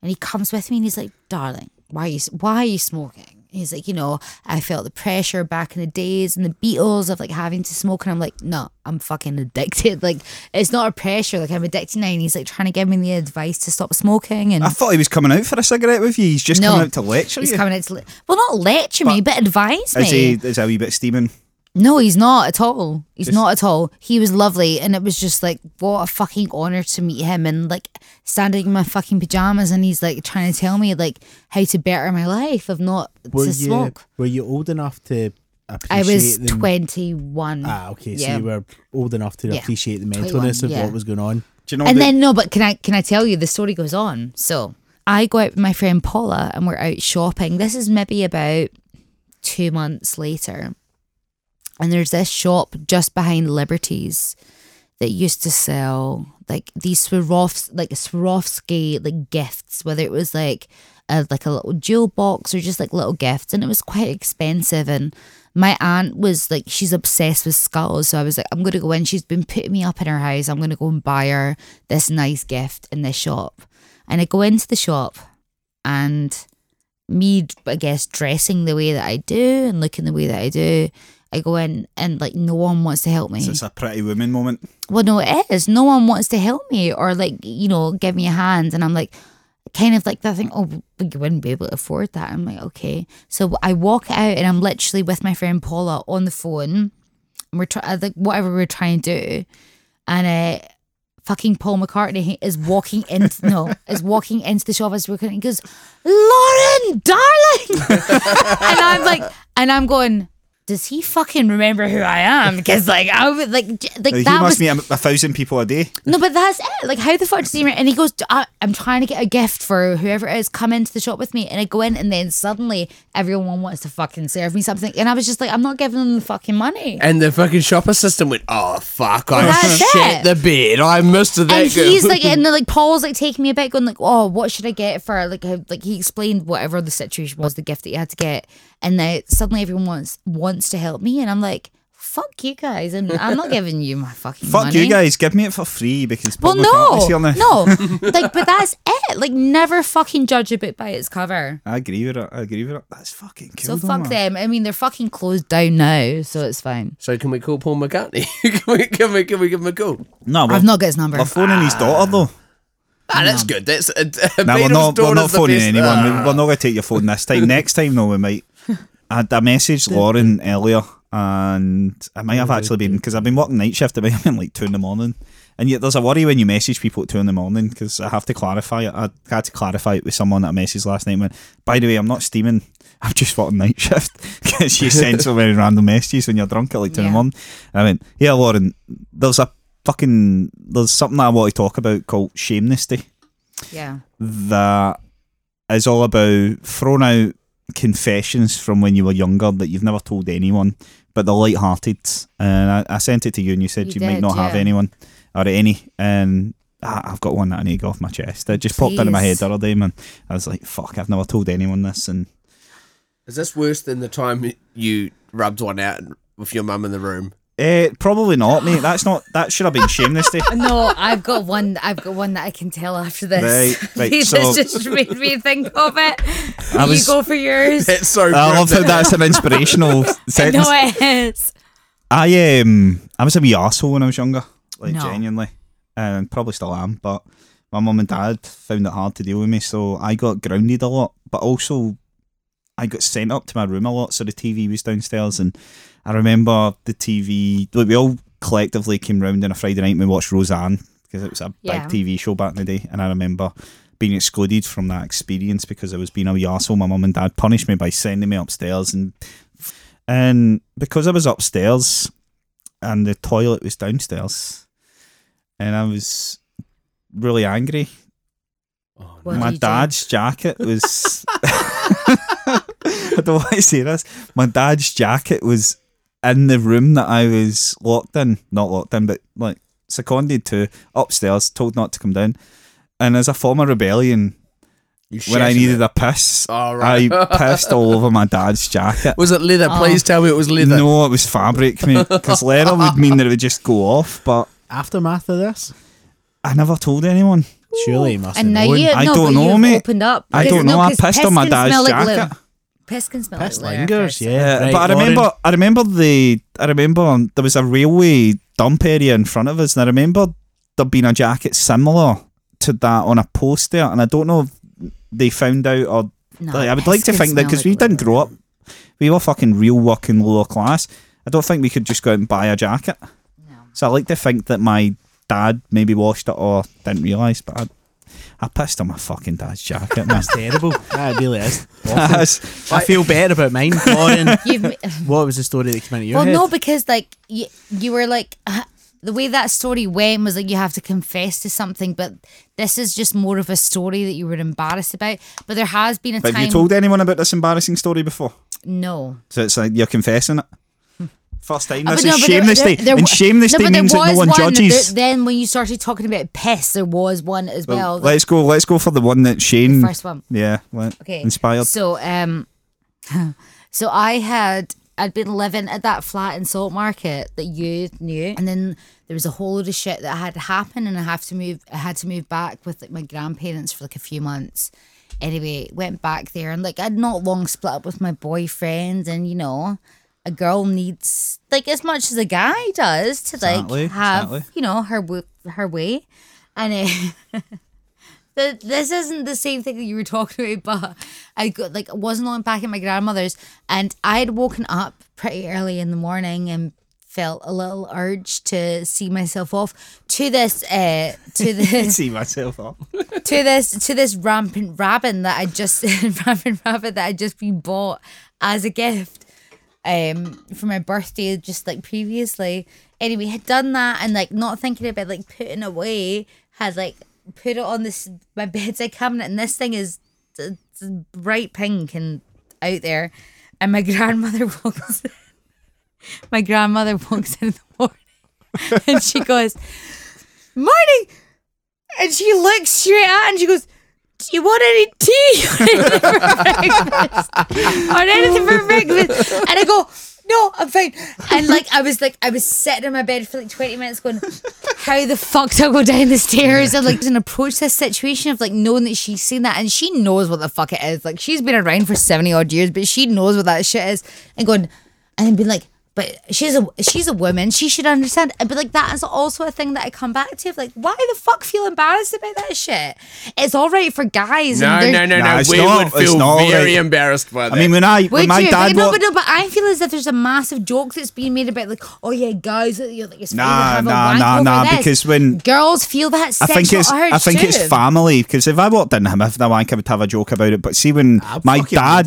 Speaker 3: and he comes with me, and he's like, "Darling, why are you, why are you smoking?" He's like, you know, I felt the pressure back in the days and the Beatles of like having to smoke, and I'm like, no, I'm fucking addicted. Like, it's not a pressure. Like, I'm addicted now, and he's like trying to give me the advice to stop smoking. And
Speaker 2: I thought he was coming out for a cigarette with you. He's just
Speaker 3: No.
Speaker 2: coming out to lecture
Speaker 3: he's
Speaker 2: you.
Speaker 3: coming out to, le- well, not lecture me, but advise me.
Speaker 2: Is he is he a wee bit steaming?
Speaker 3: No, he's not at all. He's not at all. He was lovely, and it was just like what a fucking honor to meet him, and like standing in my fucking pajamas, and he's like trying to tell me like how to better my life of not
Speaker 4: Were
Speaker 3: to
Speaker 4: you
Speaker 3: smoke.
Speaker 4: were you old enough to
Speaker 3: I
Speaker 4: appreciate?
Speaker 3: was
Speaker 4: the-
Speaker 3: twenty one.
Speaker 4: Ah, okay.
Speaker 3: Yeah.
Speaker 4: So you were old enough to
Speaker 3: Yeah.
Speaker 4: appreciate the
Speaker 3: 21,
Speaker 4: mentalness of
Speaker 3: yeah.
Speaker 4: what was going on.
Speaker 2: Do you know
Speaker 3: and
Speaker 2: that-
Speaker 3: then no, but can I can I tell you the story goes on? So I go out with my friend Paula, and we're out shopping. This is maybe about two months later, and there's this shop just behind Liberties that used to sell like these Swarovs, like Swarovski like gifts, whether it was like a, like a little jewel box or just like little gifts, and it was quite expensive. And my aunt was like, she's obsessed with skulls, so I was like, I'm gonna go in. She's been putting me up in her house. I'm gonna go and buy her this nice gift in this shop. And I go into the shop, and me, I guess, dressing the way that I do and looking the way that I do. I go in and like no one wants to help me.
Speaker 2: it's a pretty woman moment.
Speaker 3: well no it is no one wants to help me or like you know give me a hand and i'm like kind of like that thing oh but you wouldn't be able to afford that i'm like okay so i walk out and i'm literally with my friend paula on the phone and we're trying like whatever we're trying to do and uh fucking paul mccartney is walking into no is walking into the shop as we're going he goes lauren darling and i'm like and i'm going does he fucking remember who I am? Because like I would like j- like
Speaker 2: Like, he
Speaker 3: that
Speaker 2: must
Speaker 3: was
Speaker 2: meet a, a thousand people a day.
Speaker 3: no, but that's it. Like, how the fuck does he? remember- And he goes, I, "I'm trying to get a gift for whoever it is. Come into the shop with me." And I go in, and then suddenly everyone wants to fucking serve me something, and I was just like, "I'm not giving them the fucking money."
Speaker 5: And the fucking shop assistant went, "Oh fuck, I
Speaker 3: That's
Speaker 5: shit
Speaker 3: it.
Speaker 5: the bed. I missed that
Speaker 3: and
Speaker 5: girl."
Speaker 3: he's like, and then like Paul's like taking me a bit, going like, "Oh, what should I get for?" her?" Like, how- like he explained whatever the situation was, the gift that you had to get, and then suddenly everyone wants wants to help me, and I'm like, fuck you guys, and I'm not giving you my fucking
Speaker 2: Fuck
Speaker 3: money.
Speaker 2: you guys, give me it for free because
Speaker 3: Well,
Speaker 2: Paul McCartney's here
Speaker 3: no,
Speaker 2: now.
Speaker 3: no, like, but that's it. Like, never fucking judge a book by its cover.
Speaker 2: I agree with it. I agree with it. That's fucking cool.
Speaker 3: So fuck them. I mean, they're fucking closed down now, so it's fine.
Speaker 5: So can we call Paul McCartney? can, we, can we can we give him a call?
Speaker 2: No, we're,
Speaker 3: I've not got his number.
Speaker 2: we're phoning his daughter though.
Speaker 5: Ah, that's good. That's a, a
Speaker 2: No, we're
Speaker 5: Beatles
Speaker 2: not. We're
Speaker 5: daughter's
Speaker 2: not
Speaker 5: the
Speaker 2: phoning
Speaker 5: best.
Speaker 2: anyone.
Speaker 5: Ah.
Speaker 2: We- We're not going to take your phone this time. Next time, though, we might. I had a message Lauren earlier, and I
Speaker 5: Oh,
Speaker 2: might have actually been because I've been working night shift. I might have been like two in the morning, and yet there's a worry when you message people at two in the morning because I have to clarify it. I had to clarify it with someone that I messaged last night. and Went, by the way, I'm not steaming. I'm just working night shift because you send so many random messages when you're drunk at like two in
Speaker 3: Yeah.
Speaker 2: the morning. And I went, yeah, Lauren. There's a fucking there's something I want to talk about called shamelessty
Speaker 3: Yeah.
Speaker 2: that is all about thrown out confessions from when you were younger that you've never told anyone, but they're light-hearted. And I, I sent it to you, and you said you,
Speaker 3: You
Speaker 2: might
Speaker 3: did,
Speaker 2: not have
Speaker 3: yeah.
Speaker 2: anyone or any. And I, I've got one that I need to get off my chest. It just popped into my head
Speaker 3: Please.
Speaker 2: the other day, man. I was like, "Fuck, I've never told anyone this." And
Speaker 5: Is this worse than the time you rubbed one out with your mum in the room?
Speaker 2: eh, probably not, mate. That's not. That should have been shameless. eh? Day.
Speaker 3: No, I've got one. I've got one that I can tell after this.
Speaker 2: Right, right,
Speaker 3: this
Speaker 2: so-
Speaker 3: just made me think of it.
Speaker 2: I was-
Speaker 3: you go for yours.
Speaker 5: That's so.
Speaker 2: I love how
Speaker 5: cryptic.
Speaker 2: that's an inspirational
Speaker 3: No,
Speaker 2: sentence.
Speaker 3: it is.
Speaker 2: I um I was a wee arsehole when I was younger, like
Speaker 3: No.
Speaker 2: genuinely, and probably still am. But my mum and dad found it hard to deal with me, so I got grounded a lot. But also, I got sent up to my room a lot, so the TV was downstairs, and I remember the TV. Like, we all collectively came round on a Friday night and we watched Roseanne because it was a
Speaker 3: Yeah.
Speaker 2: big TV show back in the day, and I remember. Being excluded from that experience because I was being a wee arsehole. My mum and dad punished me by sending me upstairs, and and because I was upstairs, and the toilet was downstairs, and I was really angry. my
Speaker 3: What do you do?
Speaker 2: dad's jacket was. I don't want to say this. My dad's jacket was in the room that I was locked in, not locked in, but like seconded to upstairs, told not to come down. And as a form of rebellion,
Speaker 5: You
Speaker 2: when I
Speaker 5: shattered
Speaker 2: needed
Speaker 5: it.
Speaker 2: a piss,
Speaker 5: Oh, right.
Speaker 2: I pissed all over my dad's jacket.
Speaker 5: Was it leather? Please tell me it was leather.
Speaker 2: No, it was fabric, mate. Because leather would mean that it would just go off, but
Speaker 4: Aftermath of this?
Speaker 2: I never told anyone.
Speaker 4: Surely you must
Speaker 3: And now
Speaker 4: have known.
Speaker 3: you,
Speaker 2: I
Speaker 3: no,
Speaker 2: don't
Speaker 3: but
Speaker 2: know,
Speaker 3: you've
Speaker 2: mate.
Speaker 3: Opened up.
Speaker 2: I don't know. I pissed on my dad's jacket.
Speaker 3: Piss can smell
Speaker 4: Piss
Speaker 3: like layer
Speaker 4: lingers,
Speaker 3: first.
Speaker 4: yeah.
Speaker 2: Uh,
Speaker 4: right,
Speaker 2: but I
Speaker 4: Lauren.
Speaker 2: remember, I remember the, I remember um, there was a railway dump area in front of us, and I remember there being a jacket similar to that on a post there, and I don't know if they found out or
Speaker 3: No,
Speaker 2: like, I would
Speaker 3: piss
Speaker 2: like to
Speaker 3: can
Speaker 2: think that
Speaker 3: smell
Speaker 2: because
Speaker 3: like
Speaker 2: we didn't
Speaker 3: leather.
Speaker 2: grow up, we were fucking real working lower class. I don't think we could just go out and buy a jacket. So I like to think that my dad maybe washed it or didn't realise, but I, I pissed on my fucking dad's jacket, man.
Speaker 4: That's terrible. That really is. awful.
Speaker 2: That's-
Speaker 4: I feel bad about mine, Lauren.
Speaker 3: You've,
Speaker 4: what was the story that came out of your
Speaker 3: Well,
Speaker 4: head?
Speaker 3: no, because like you, you were like uh, the way that story went was like you have to confess to something, but this is just more of a story that you were embarrassed about. But there has been a
Speaker 2: But
Speaker 3: time.
Speaker 2: have you told anyone about this embarrassing story before?
Speaker 3: no.
Speaker 2: So it's like you're confessing it. First time.
Speaker 3: Uh,
Speaker 2: This
Speaker 3: but no,
Speaker 2: is
Speaker 3: but there-
Speaker 2: shameless
Speaker 3: there-
Speaker 2: day.
Speaker 3: there
Speaker 2: and
Speaker 3: wa-
Speaker 2: shameless
Speaker 3: no,
Speaker 2: day
Speaker 3: but there
Speaker 2: means that no
Speaker 3: was
Speaker 2: one,
Speaker 3: there-
Speaker 2: judges.
Speaker 3: then when you started talking about piss, there was one as well.
Speaker 2: let's go. Let's go for the one that Shane.
Speaker 3: The first one.
Speaker 2: Yeah. Let,
Speaker 3: Okay.
Speaker 2: Inspired.
Speaker 3: So um so I had I'd been living at that flat in Salt Market that you knew and then there was a whole load of shit that had happened and I have to move I had to move back with like my grandparents for like a few months. Anyway, went back there and like I'd not long split up with my boyfriend and you know a girl needs like as much as a guy does to like
Speaker 2: Exactly,
Speaker 3: have
Speaker 2: exactly.
Speaker 3: you know her w- her way and uh, the, this isn't the same thing that you were talking about, but I got like I wasn't long back at my grandmother's, and I had woken up pretty early in the morning and felt a little urge to see myself off to this uh to the
Speaker 2: See myself up.
Speaker 3: to this to this rampant rabbit that I just rampant rabbit that I just been bought as a gift um for my birthday just like previously. Anyway, had done that and like not thinking about like putting away had like put it on this my bedside cabinet and this thing is it's bright pink and out there and my grandmother walks in. my grandmother walks in the morning and she goes morning and she looks straight at and she goes, Do you want any tea or anything for breakfast? or anything for breakfast? And I go, no, I'm fine. And like I was like I was sitting in my bed for like 20 minutes going, how the fuck do I go down the stairs and like and approach this situation of like knowing that she's seen that and she knows what the fuck it is. Like she's been around for 70 odd years, but she knows what that shit is. And going and then being like, but she's a she's a woman. She should understand. But like that is also a thing that I come back to. Of like, why the fuck feel embarrassed about that shit? It's all right for guys.
Speaker 5: No,
Speaker 3: and they're-
Speaker 5: no, no, no.
Speaker 2: Nah, it's
Speaker 5: we
Speaker 2: not-
Speaker 5: would feel
Speaker 2: it's not
Speaker 5: very
Speaker 2: like-
Speaker 5: embarrassed by that.
Speaker 2: I mean, when I when
Speaker 3: Would
Speaker 2: my
Speaker 3: you?
Speaker 2: dad
Speaker 3: no,
Speaker 2: wa-
Speaker 3: but no, but I feel as if there's a massive joke that's being made about like, oh yeah, guys, you know, like it's free to
Speaker 2: Nah,
Speaker 3: have a
Speaker 2: nah,
Speaker 3: wank
Speaker 2: nah,
Speaker 3: over
Speaker 2: nah,
Speaker 3: this.
Speaker 2: because when-
Speaker 3: girls feel that
Speaker 2: I
Speaker 3: sexual
Speaker 2: think it's
Speaker 3: urge
Speaker 2: I think
Speaker 3: too.
Speaker 2: it's family because if I walked in him having a wank, I would have a joke about it. But see, when my
Speaker 5: fucking
Speaker 2: dad,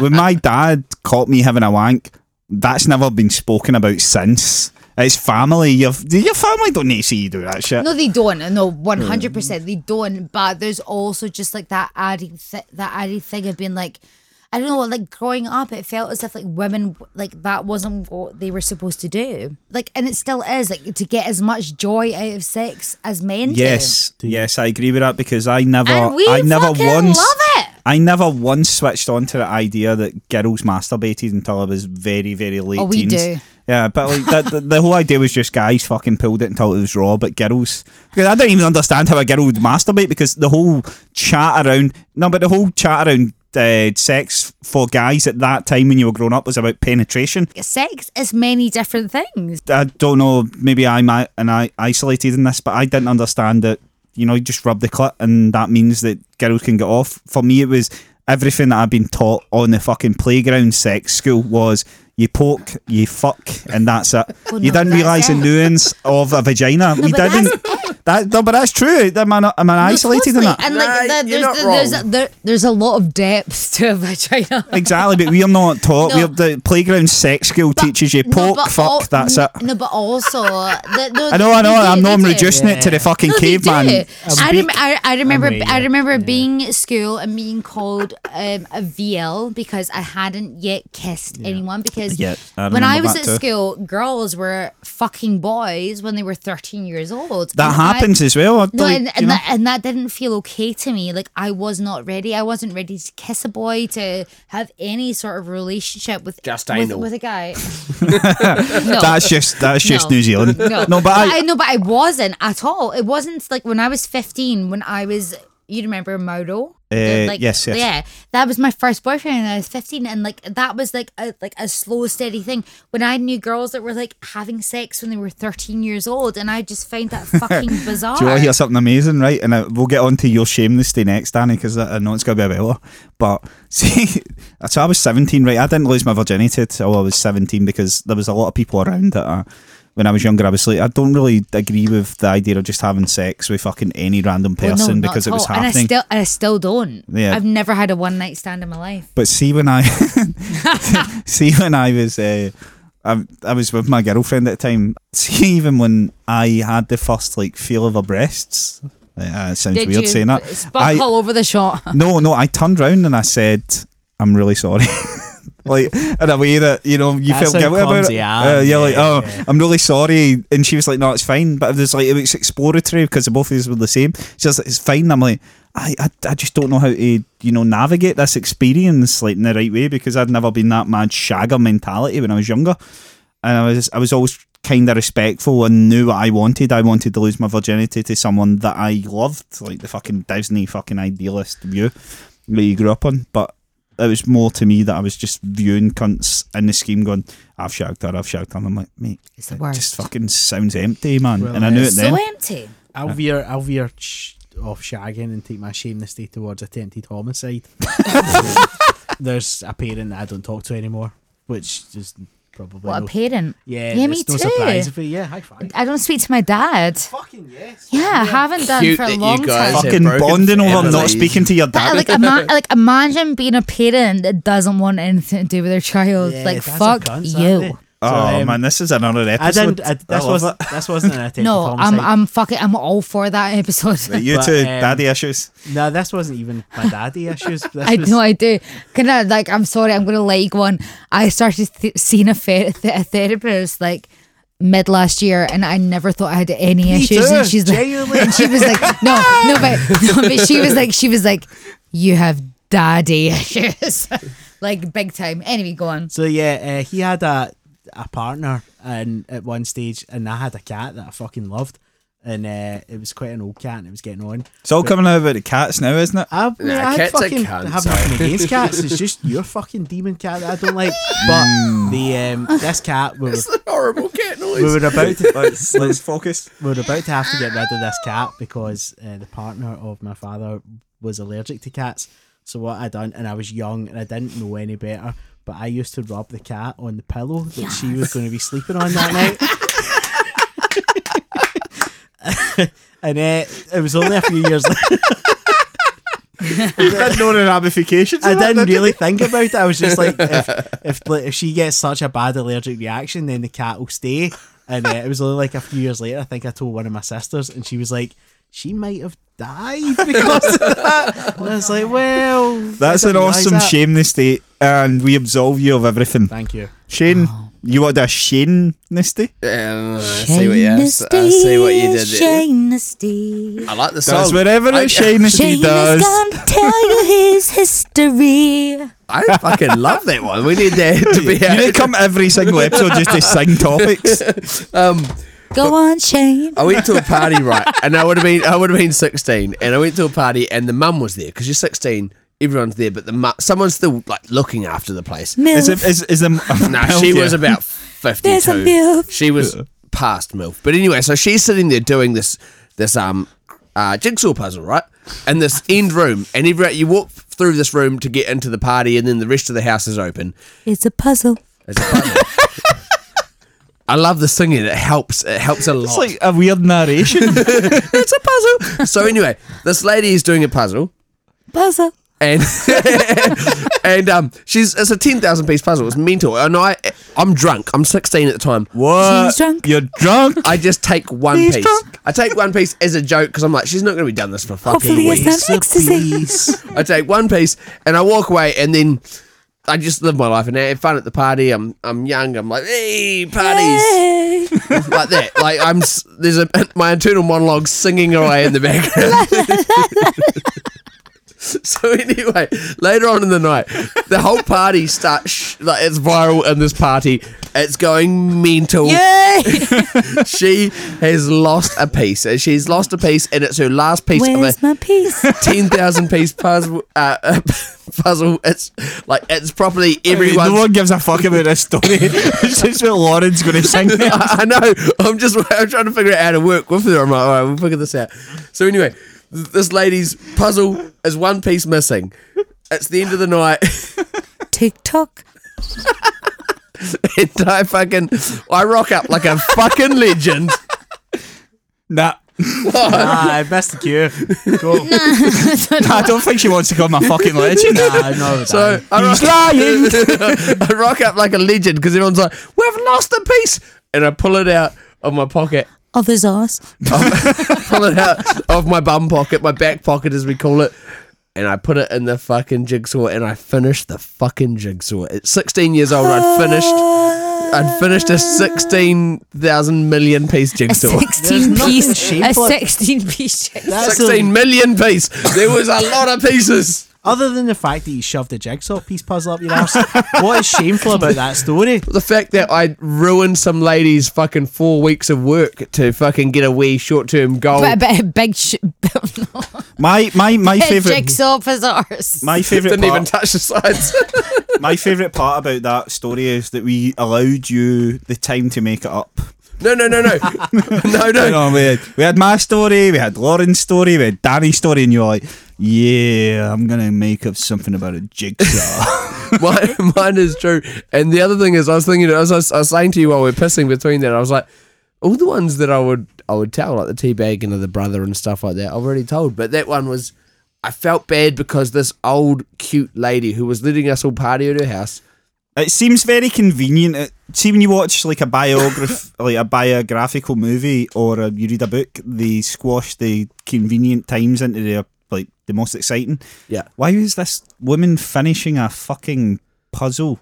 Speaker 2: when my dad caught me having a wank, that's never been spoken about since. It's family. Your your family don't need to see you do that shit.
Speaker 3: No, they don't. No,
Speaker 2: Hmm.
Speaker 3: one hundred percent, they don't. But there's also just like that added th- that added thing of being like, I don't know, like growing up, it felt as if like women like that wasn't what they were supposed to do. Like, and it still is like to get as much joy out of sex as men. do.
Speaker 2: Yes, yes, I agree with that because I never,
Speaker 3: And we
Speaker 2: I never
Speaker 3: fucking
Speaker 2: once,
Speaker 3: love it.
Speaker 2: I never once switched on to the idea that girls masturbated until I was very, very late.
Speaker 3: Oh, we
Speaker 2: teens.
Speaker 3: do.
Speaker 2: Yeah, but like that, the, the whole idea was just guys fucking pulled it until it was raw, but girls. Because I don't even understand how a girl would masturbate because the whole chat around no, but the whole chat around uh, sex for guys at that time when you were growing up was about penetration.
Speaker 3: sex is many different things.
Speaker 2: I don't know. Maybe I'm i- and I isolated in this, but I didn't understand that. You know, you just rub the clit, and that means that girls can get off. For me, it was everything that I've been taught on the fucking playground, sex school was you poke, you fuck, and that's it.
Speaker 3: Well,
Speaker 2: you
Speaker 3: no,
Speaker 2: didn't
Speaker 3: that's
Speaker 2: realise the
Speaker 3: it.
Speaker 2: nuance of a vagina. we
Speaker 3: but
Speaker 2: didn't. That, no, but that's true. Am I, not, am I isolated in
Speaker 3: Mostly.
Speaker 2: that?
Speaker 3: And like,
Speaker 5: Nah,
Speaker 3: the,
Speaker 5: you're
Speaker 3: there's,
Speaker 5: not
Speaker 3: the, there's, a,
Speaker 5: wrong.
Speaker 3: there, there's a lot of depth to a vagina.
Speaker 2: Exactly, but we are not taught. We're
Speaker 3: No.
Speaker 2: the playground sex school teaches you
Speaker 3: No,
Speaker 2: poke,
Speaker 3: but
Speaker 2: fuck,
Speaker 3: al-
Speaker 2: that's it.
Speaker 3: No, but also, the, no,
Speaker 2: I know, I know.
Speaker 3: they do,
Speaker 2: I'm
Speaker 3: they
Speaker 2: not
Speaker 3: do.
Speaker 2: reducing it to the fucking
Speaker 3: No, they do.
Speaker 2: caveman.
Speaker 3: I, rem- I, I remember
Speaker 4: I mean,
Speaker 3: I
Speaker 4: yeah,
Speaker 3: remember being at school and being called um, a VL because I hadn't yet kissed anyone because
Speaker 2: Yeah, I
Speaker 3: when I
Speaker 2: remember
Speaker 3: was
Speaker 2: that
Speaker 3: at
Speaker 2: too.
Speaker 3: school girls were fucking boys when they were 13 years old
Speaker 2: That
Speaker 3: And I-
Speaker 2: happens as well. I'd
Speaker 3: No,
Speaker 2: like,
Speaker 3: and,
Speaker 2: you
Speaker 3: and
Speaker 2: know.
Speaker 3: that and that didn't feel okay to me. Like I was not ready. I wasn't ready to kiss a boy, to have any sort of relationship with
Speaker 5: Just
Speaker 3: with,
Speaker 5: anal.
Speaker 3: with a guy. no.
Speaker 2: that's just that's just
Speaker 3: No.
Speaker 2: New Zealand.
Speaker 3: no,
Speaker 2: No, but I,
Speaker 3: no, but I wasn't at all. It wasn't like when I was fifteen. When I was, you remember Modo?
Speaker 2: Uh, yes, yes.
Speaker 3: yeah. That was my first boyfriend, and I was fifteen, and like that was like a like a slow, steady thing. When I knew girls that were like having sex when they were thirteen years old, and I just found that fucking bizarre.
Speaker 2: do you want to hear something amazing, right? And uh we'll get on to your shameless day next, Danny, because I, I know it's going to be a baller. But see, so I was 17, right? I didn't lose my virginity till I was 17 because there was a lot of people around that. Uh, when I was younger, I was like, I don't really agree with the idea of just having sex with fucking any random
Speaker 3: Well, no,
Speaker 2: person
Speaker 3: not
Speaker 2: because it
Speaker 3: at
Speaker 2: was
Speaker 3: all.
Speaker 2: happening.
Speaker 3: And I still, and I still don't.
Speaker 2: Yeah.
Speaker 3: I've never had a one night stand in my life.
Speaker 2: But see when I see when I was uh, I, I was with my girlfriend at the time. See even when I had the first like feel of her breasts. Uh, it sounds
Speaker 3: Did
Speaker 2: weird
Speaker 3: you
Speaker 2: saying that.
Speaker 3: spuck
Speaker 2: I,
Speaker 3: all over the shot?
Speaker 2: no, no, I turned round and I said, "I'm really sorry." like in a way that you know you
Speaker 4: That's
Speaker 2: felt
Speaker 4: how
Speaker 2: guilty about
Speaker 4: clumsy
Speaker 2: it.
Speaker 4: I
Speaker 2: Uh,
Speaker 4: am,
Speaker 2: you're like,
Speaker 4: yeah,
Speaker 2: "Oh,
Speaker 4: yeah.
Speaker 2: I'm really sorry," and she was like, "No, it's fine." But it was like it was exploratory because the both of us were the same. She's like, "It's fine." I'm like. I, I, I just don't know how to you know navigate this experience like in the right way because I'd never been that mad shagger mentality when I was younger and I was I was always kind of respectful and knew what I wanted. I wanted to lose my virginity to someone that I loved, like the fucking Disney fucking idealist view that you grew up on. But it was more to me that I was just viewing cunts in the scheme, going, "I've shagged her, I've shagged her." And I'm like, mate,
Speaker 3: It's the
Speaker 2: it
Speaker 3: worst.
Speaker 2: just fucking sounds empty, man. and I knew it
Speaker 3: It's
Speaker 2: then.
Speaker 3: so empty.
Speaker 4: I'll veer, I'll veer sh- off shagging and take my shameless day towards attempted homicide. There's a parent that I don't talk to anymore, which is probably
Speaker 3: What
Speaker 4: no-
Speaker 3: a parent.
Speaker 4: yeah,
Speaker 3: yeah, me
Speaker 4: it's no
Speaker 3: too.
Speaker 4: surprise if we, yeah, high five.
Speaker 3: I don't speak to my dad.
Speaker 4: Fucking yes.
Speaker 3: Yeah, I haven't done
Speaker 5: Cute
Speaker 3: for a
Speaker 5: that you
Speaker 3: long
Speaker 5: guys
Speaker 3: time.
Speaker 5: have-
Speaker 2: Fucking
Speaker 5: broken
Speaker 2: bonding over
Speaker 5: families.
Speaker 2: not speaking to your
Speaker 3: But,
Speaker 2: dad.
Speaker 3: like, ima- like imagine being a parent that doesn't want anything to do with their child.
Speaker 4: Yeah,
Speaker 3: like
Speaker 4: dads are
Speaker 3: fuck
Speaker 4: cunts, aren't they?
Speaker 3: you.
Speaker 2: oh
Speaker 4: So, um,
Speaker 2: man, this is another
Speaker 4: I
Speaker 2: episode.
Speaker 4: didn't. I,
Speaker 2: I
Speaker 4: this
Speaker 2: love
Speaker 4: wasn't.
Speaker 2: it.
Speaker 4: This wasn't an attempted
Speaker 3: No,
Speaker 4: homicide.
Speaker 3: I'm I'm fucking I'm all for that episode.
Speaker 2: You
Speaker 4: But,
Speaker 2: two
Speaker 4: um,
Speaker 2: daddy issues.
Speaker 4: no, this wasn't even my daddy issues. This
Speaker 3: I
Speaker 4: was,
Speaker 3: know I do. Can I like? I'm sorry. I'm gonna like one. I started th- seeing a, ther- th- a therapist like mid last year, and I never thought I had any issues. And
Speaker 4: too,
Speaker 3: she's like,
Speaker 4: genuinely.
Speaker 3: and she was like, no, no, but no, but she was like, she was like, you have daddy issues. like big time. Anyway, go on.
Speaker 4: So yeah, uh, he had a a partner, and at one stage, and I had a cat that I fucking loved, and uh, it was quite an old cat, and it was getting on.
Speaker 2: It's all coming out about the cats now, isn't it?
Speaker 4: I, mean, I
Speaker 1: cats are
Speaker 4: fucking
Speaker 1: cunts,
Speaker 4: have
Speaker 1: aye.
Speaker 4: nothing against cats. It's just your fucking demon cat that I don't like.
Speaker 1: Mm.
Speaker 4: But the um, this cat we were,
Speaker 1: It's a horrible cat noise.
Speaker 4: we were about to
Speaker 2: let's, let's focus.
Speaker 4: we were about to have to get rid of this cat because uh, the partner of my father was allergic to cats. So what I done, and I was young and I didn't know any better, but I used to rub the cat on the pillow that she was going to be sleeping on that night. and uh, it was only a few years later.
Speaker 2: You've had no ramifications.
Speaker 4: I
Speaker 2: of that,
Speaker 4: didn't
Speaker 2: did you?
Speaker 4: really think about it. I was just like, if, if like, if she gets such a bad allergic reaction, then the cat will stay. And uh, it was only like a few years later. I think I told one of my sisters, and she was like, she might have died because of that. And I was like, well,
Speaker 2: That's
Speaker 4: I
Speaker 2: an
Speaker 4: didn't realise
Speaker 2: awesome
Speaker 4: that.
Speaker 2: shameless state, and we absolve you of everything.
Speaker 4: Thank you. Oh.
Speaker 2: Shane, you wanted a shameless day?
Speaker 1: Um, I see what you, I s- I see what you did there. I like the song.
Speaker 2: That's whatever
Speaker 1: I,
Speaker 2: it shameless day does.
Speaker 3: tell you his history.
Speaker 1: I fucking love that one. We need that to be
Speaker 2: You need to
Speaker 1: out.
Speaker 2: come every single episode just to sing topics.
Speaker 3: Go on, Shane.
Speaker 1: I went to a party, right? And I would have been, I would have been sixteen, and I went to a party, and the mum was there because you're sixteen, everyone's there, but the mu- someone's still like looking after the place.
Speaker 2: Is it, is, is them,
Speaker 1: No, she was about 52.
Speaker 3: There's a MILF.
Speaker 1: She was past MILF. But anyway, so she's sitting there doing this this um uh, jigsaw puzzle, right? In this end room. And every, you walk through this room to get into the party, and then the rest of the house is open.
Speaker 3: It's a puzzle.
Speaker 1: It's a puzzle. I love the singing. It helps. It helps a lot.
Speaker 2: It's like a weird narration.
Speaker 1: it's a puzzle. so anyway, this lady is doing a puzzle.
Speaker 3: Puzzle.
Speaker 1: and and um, she's it's a ten thousand piece puzzle. It's mental, and I I'm drunk. I'm sixteen at the time.
Speaker 2: what?
Speaker 3: She's drunk.
Speaker 2: You're drunk.
Speaker 1: I just take one
Speaker 2: He's
Speaker 1: piece.
Speaker 2: drunk.
Speaker 1: I take one piece as a joke because I'm like, she's not going to be done this for fucking
Speaker 3: Hopefully it's
Speaker 1: weeks.
Speaker 3: not ecstasy.
Speaker 1: I take one piece and I walk away, and then I just live my life and I have fun at the party. I'm I'm young. I'm like, hey, parties
Speaker 3: Hey.
Speaker 1: like that. Like I'm s- there's a my internal monologue singing away in the background. So anyway, later on in the night, the whole party starts sh- like it's viral in this party. It's going mental
Speaker 3: Yay.
Speaker 1: she has lost a piece. Uh, She's lost a piece, and it's her last piece
Speaker 3: Where's
Speaker 1: of a
Speaker 3: my piece?
Speaker 1: ten thousand piece puzzle. Uh, puzzle. It's like it's properly
Speaker 2: No
Speaker 1: everyone's.
Speaker 2: one gives a fuck about this story. it's just what Lauren's going to sing.
Speaker 1: I know. I'm just. I'm trying to figure out how to work with her. I'm like, all right, we'll figure this out. So anyway, th- this lady's puzzle is one piece missing. It's the end of the night,
Speaker 3: Tick tock.
Speaker 1: and I fucking, I rock up like a fucking legend.
Speaker 2: nah.
Speaker 4: Ah, I missed the cue. Cool.
Speaker 2: Nah, I don't think she wants to call my fucking legend.
Speaker 4: Nah, no,
Speaker 1: So I rock,
Speaker 2: He's lying.
Speaker 1: I rock up like a legend because everyone's like, "We've lost a piece," and I pull it out of my pocket,
Speaker 3: Other's ass.
Speaker 1: pull it out of my bum pocket, my back pocket as we call it, and I put it in the fucking jigsaw and I finished the fucking jigsaw. At 16 years old, I'd finished, I'd finished a 16,000 million piece
Speaker 3: A
Speaker 1: jigsaw.
Speaker 3: 16
Speaker 4: nothing
Speaker 3: piece. A
Speaker 4: shameful.
Speaker 3: 16 piece. jigsaw.
Speaker 4: That's
Speaker 1: 16 million piece. There was a lot of pieces.
Speaker 4: other than the fact that you shoved a jigsaw piece puzzle up your ass, what is shameful about that story?
Speaker 1: The fact that I ruined some lady's fucking four weeks of work to fucking get a wee short term
Speaker 2: Oh.
Speaker 1: goal.
Speaker 3: But a bit of big sh-
Speaker 2: My my my favorite
Speaker 3: jigsaw bazaars.
Speaker 2: my favorite
Speaker 1: Didn't even
Speaker 2: part,
Speaker 1: touch the sides.
Speaker 2: my favorite part about that story is that we allowed you the time to make it up.
Speaker 1: no, no, no, no. No,
Speaker 2: You
Speaker 1: no.
Speaker 2: know, we, had, we had my story, we had Lauren's story, we had Danny's story, and you're like, yeah, I'm gonna make up something about a jigsaw.
Speaker 1: mine, mine is true. And the other thing is, I was thinking, I was, I was, I was saying to you while we are pissing between that, I was like, all the ones that I would, I would tell, like the tea bag and the brother and stuff like that, I've already told. But that one was, I felt bad because this old cute lady who was letting us all party at her house.
Speaker 2: it seems very convenient. It, see, when you watch like a biograph, like a biographical movie, or a, you read a book, they squash the convenient times into the like the most exciting.
Speaker 1: Yeah.
Speaker 2: Why was this woman finishing a fucking puzzle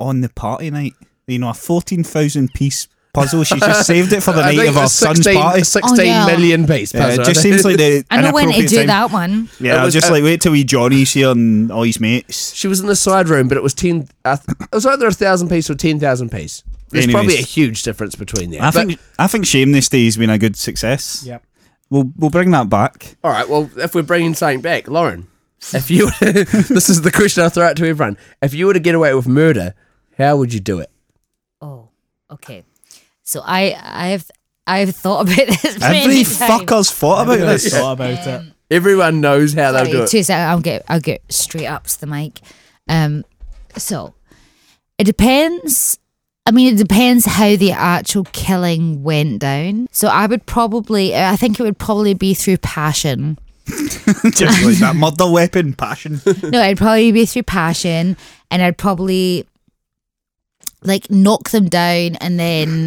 Speaker 2: on the party night? You know, a fourteen thousand piece puzzle. She just saved it for the
Speaker 1: I
Speaker 2: night
Speaker 1: think
Speaker 2: of our
Speaker 1: it's
Speaker 2: son's
Speaker 1: 16
Speaker 2: party.
Speaker 1: 16
Speaker 3: Oh, yeah.
Speaker 1: million piece
Speaker 2: Yeah,
Speaker 1: puzzle.
Speaker 2: it just seems like the
Speaker 3: I know when to
Speaker 2: inappropriate
Speaker 3: do
Speaker 2: time.
Speaker 3: that one.
Speaker 1: It
Speaker 2: Yeah, I
Speaker 1: was
Speaker 2: was just
Speaker 1: a-
Speaker 2: like, wait till wee Johnny's here and all his mates.
Speaker 1: She was in the side room, but it was ten. I th- it was either a thousand piece or ten thousand piece. There's
Speaker 2: Anyways.
Speaker 1: probably a huge difference between them.
Speaker 2: I
Speaker 1: But-
Speaker 2: think I think Shameless Day's been a good success.
Speaker 4: Yep.
Speaker 2: We'll we'll bring that back.
Speaker 1: all right. Well, if we're bringing something back, Lauren, if you this is the question I throw out to everyone. If you were to get away with murder, how would you do it?
Speaker 3: Oh, okay. So I, I've, I've thought about this.
Speaker 2: Every
Speaker 3: many times.
Speaker 2: fucker's thought about
Speaker 4: I
Speaker 2: this.
Speaker 4: thought about it.
Speaker 1: Everyone knows how they'll
Speaker 3: Sorry,
Speaker 1: do it.
Speaker 3: two seconds. I'll get I'll get straight up to the mic. Um, so it depends. I mean, it depends how the actual killing went down. So I would probably, I think it would probably be through passion.
Speaker 2: just like that murder weapon passion.
Speaker 3: no, I'd probably be through passion, and I'd probably like knock them down, and then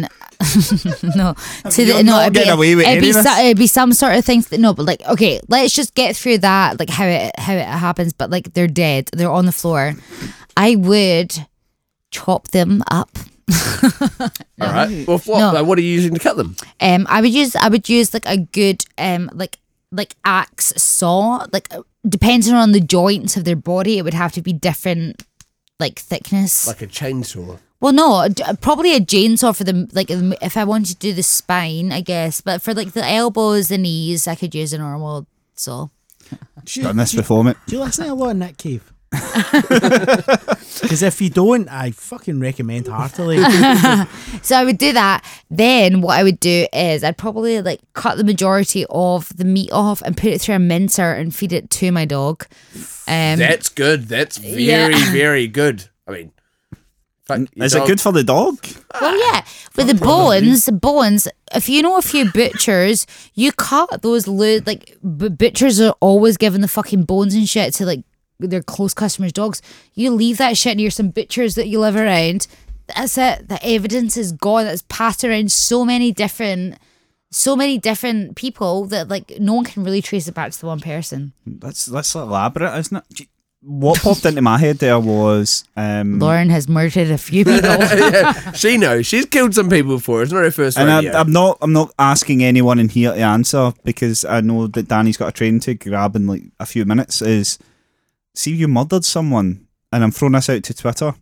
Speaker 3: no, to
Speaker 2: You're
Speaker 3: the, no,
Speaker 2: not
Speaker 3: it'd be,
Speaker 2: getting away with
Speaker 3: it'd
Speaker 2: any
Speaker 3: be
Speaker 2: of
Speaker 3: so-
Speaker 2: this.
Speaker 3: it'd be some sort of things that no, but like okay, let's just get through that, like how it how it happens, but like they're dead, they're on the floor. I would chop them up.
Speaker 1: All right. Well, what,
Speaker 3: No.
Speaker 1: like, what are you using to cut them?
Speaker 3: Um, I would use I would use like a good um like like axe saw like uh, depending on the joints of their body, it would have to be different like thickness.
Speaker 1: Like a chainsaw.
Speaker 3: well, no, a- d- probably a chainsaw for the like um, if I wanted to do the spine, I guess. But for like the elbows, the knees, I could use a normal saw.
Speaker 2: She's done this before, mate.
Speaker 4: Do you listen to a lot of Nick Cave? Because if you don't, I fucking recommend heartily.
Speaker 3: So I would do that. Then what I would do is I'd probably like cut the majority of the meat off and put it through a mincer and feed it to my dog. Um,
Speaker 1: That's good. That's very,
Speaker 3: Yeah.
Speaker 1: very good. I mean, fuck, your
Speaker 2: Is it
Speaker 1: dog-
Speaker 2: good for the dog?
Speaker 3: Well, yeah, with the bones, bones. If you know a few butchers, you cut those lo- like b- butchers are always giving the fucking bones and shit to like their close customers' dogs. You leave that shit near some butchers that you live around. That's it. The evidence is gone. It's passed around so many different, so many different people that like no one can really trace it back to the one person.
Speaker 2: That's that's elaborate, isn't it? Gee, What popped into my head there was um,
Speaker 3: Lauren has murdered a few people.
Speaker 1: yeah, she knows. She's killed some people before. It's not her first
Speaker 2: And uh,
Speaker 1: rodeo.
Speaker 2: I, I'm not. I'm not asking anyone in here to answer because I know that Danny's got a train to grab in like a few minutes. Is see you murdered someone, and I'm throwing this out to Twitter.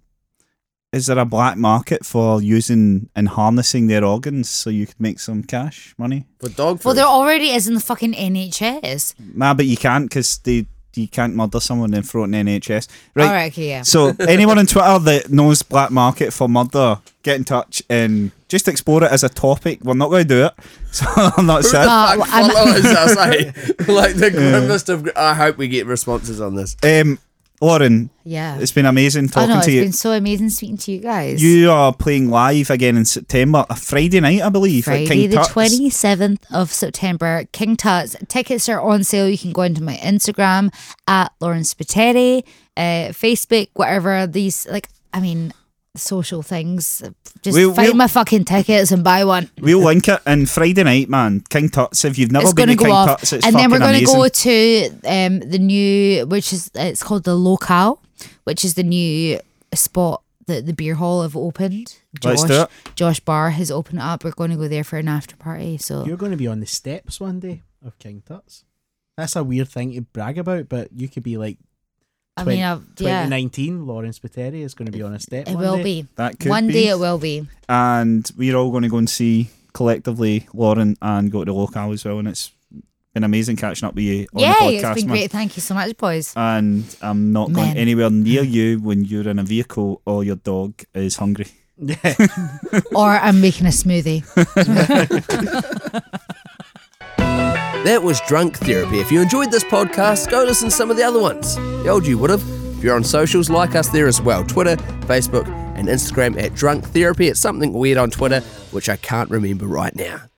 Speaker 2: Is there a black market for using and harnessing their organs so you could make some cash money?
Speaker 1: for dog food.
Speaker 3: well, there already is in the fucking NHS.
Speaker 2: Nah, but you can't because they you can't murder someone and throw it in NHS. Right.
Speaker 3: All right, okay, yeah.
Speaker 2: So anyone on Twitter that knows black market for murder, get in touch and just explore it as a topic. We're not going to do it, so I'm not saying.
Speaker 3: But
Speaker 1: Fuck
Speaker 3: I'm-
Speaker 1: followers, I say. like the grimmest of. gr- I hope we get responses on this.
Speaker 2: Um, Lauren,
Speaker 3: yeah.
Speaker 2: it's been amazing
Speaker 3: I
Speaker 2: talking
Speaker 3: know, it's
Speaker 2: to you.
Speaker 3: been so amazing speaking to you guys.
Speaker 2: You are playing live again in September, a Friday night, I believe, at
Speaker 3: Friday
Speaker 2: King
Speaker 3: the
Speaker 2: Tut's.
Speaker 3: twenty seventh of September, King Tut's tickets are on sale. You can go into my Instagram at Lauren Spiteri, uh, Facebook, whatever these like. I mean, social things. Just
Speaker 2: We'll-
Speaker 3: find
Speaker 2: we'll-
Speaker 3: my fucking tickets and buy one.
Speaker 2: We'll link it. And Friday night, man, King Tut's. If you've never
Speaker 3: it's
Speaker 2: been
Speaker 3: going
Speaker 2: to
Speaker 3: to go
Speaker 2: King
Speaker 3: off,
Speaker 2: Tut's, it's
Speaker 3: and then we're
Speaker 2: going to
Speaker 3: go to um, the new, which is it's called the Locale, which is the new spot that the beer hall have opened. Josh,
Speaker 2: Let's do it.
Speaker 3: Josh Barr has opened up. We're going to go there for an after party. So
Speaker 4: You're going to be on the steps one day of King Tut's. That's a weird thing to brag about, but you could be like
Speaker 3: I
Speaker 4: 20,
Speaker 3: mean, I've, yeah,
Speaker 4: 2019. Lauren Spiteri is going to be on a step.
Speaker 3: it
Speaker 4: one
Speaker 3: will
Speaker 4: day.
Speaker 3: be.
Speaker 2: That could
Speaker 3: One
Speaker 2: be.
Speaker 3: day it will be.
Speaker 2: And we're all going to go and see collectively Lauren and go to local as well. And it's been amazing catching up with you on
Speaker 3: Yeah,
Speaker 2: the podcast,
Speaker 3: it's been
Speaker 2: man.
Speaker 3: great. Thank you so much, boys.
Speaker 2: And I'm not
Speaker 3: Man.
Speaker 2: going anywhere near you when you're in a vehicle or your dog is hungry.
Speaker 4: Yeah.
Speaker 3: or I'm making a smoothie.
Speaker 1: That was Drunk Therapy. If you enjoyed this podcast, go listen to some of the other ones. The old you would have. If you're on socials, like us there as well Twitter, Facebook, and Instagram at Drunk Therapy. It's something weird on Twitter, which I can't remember right now.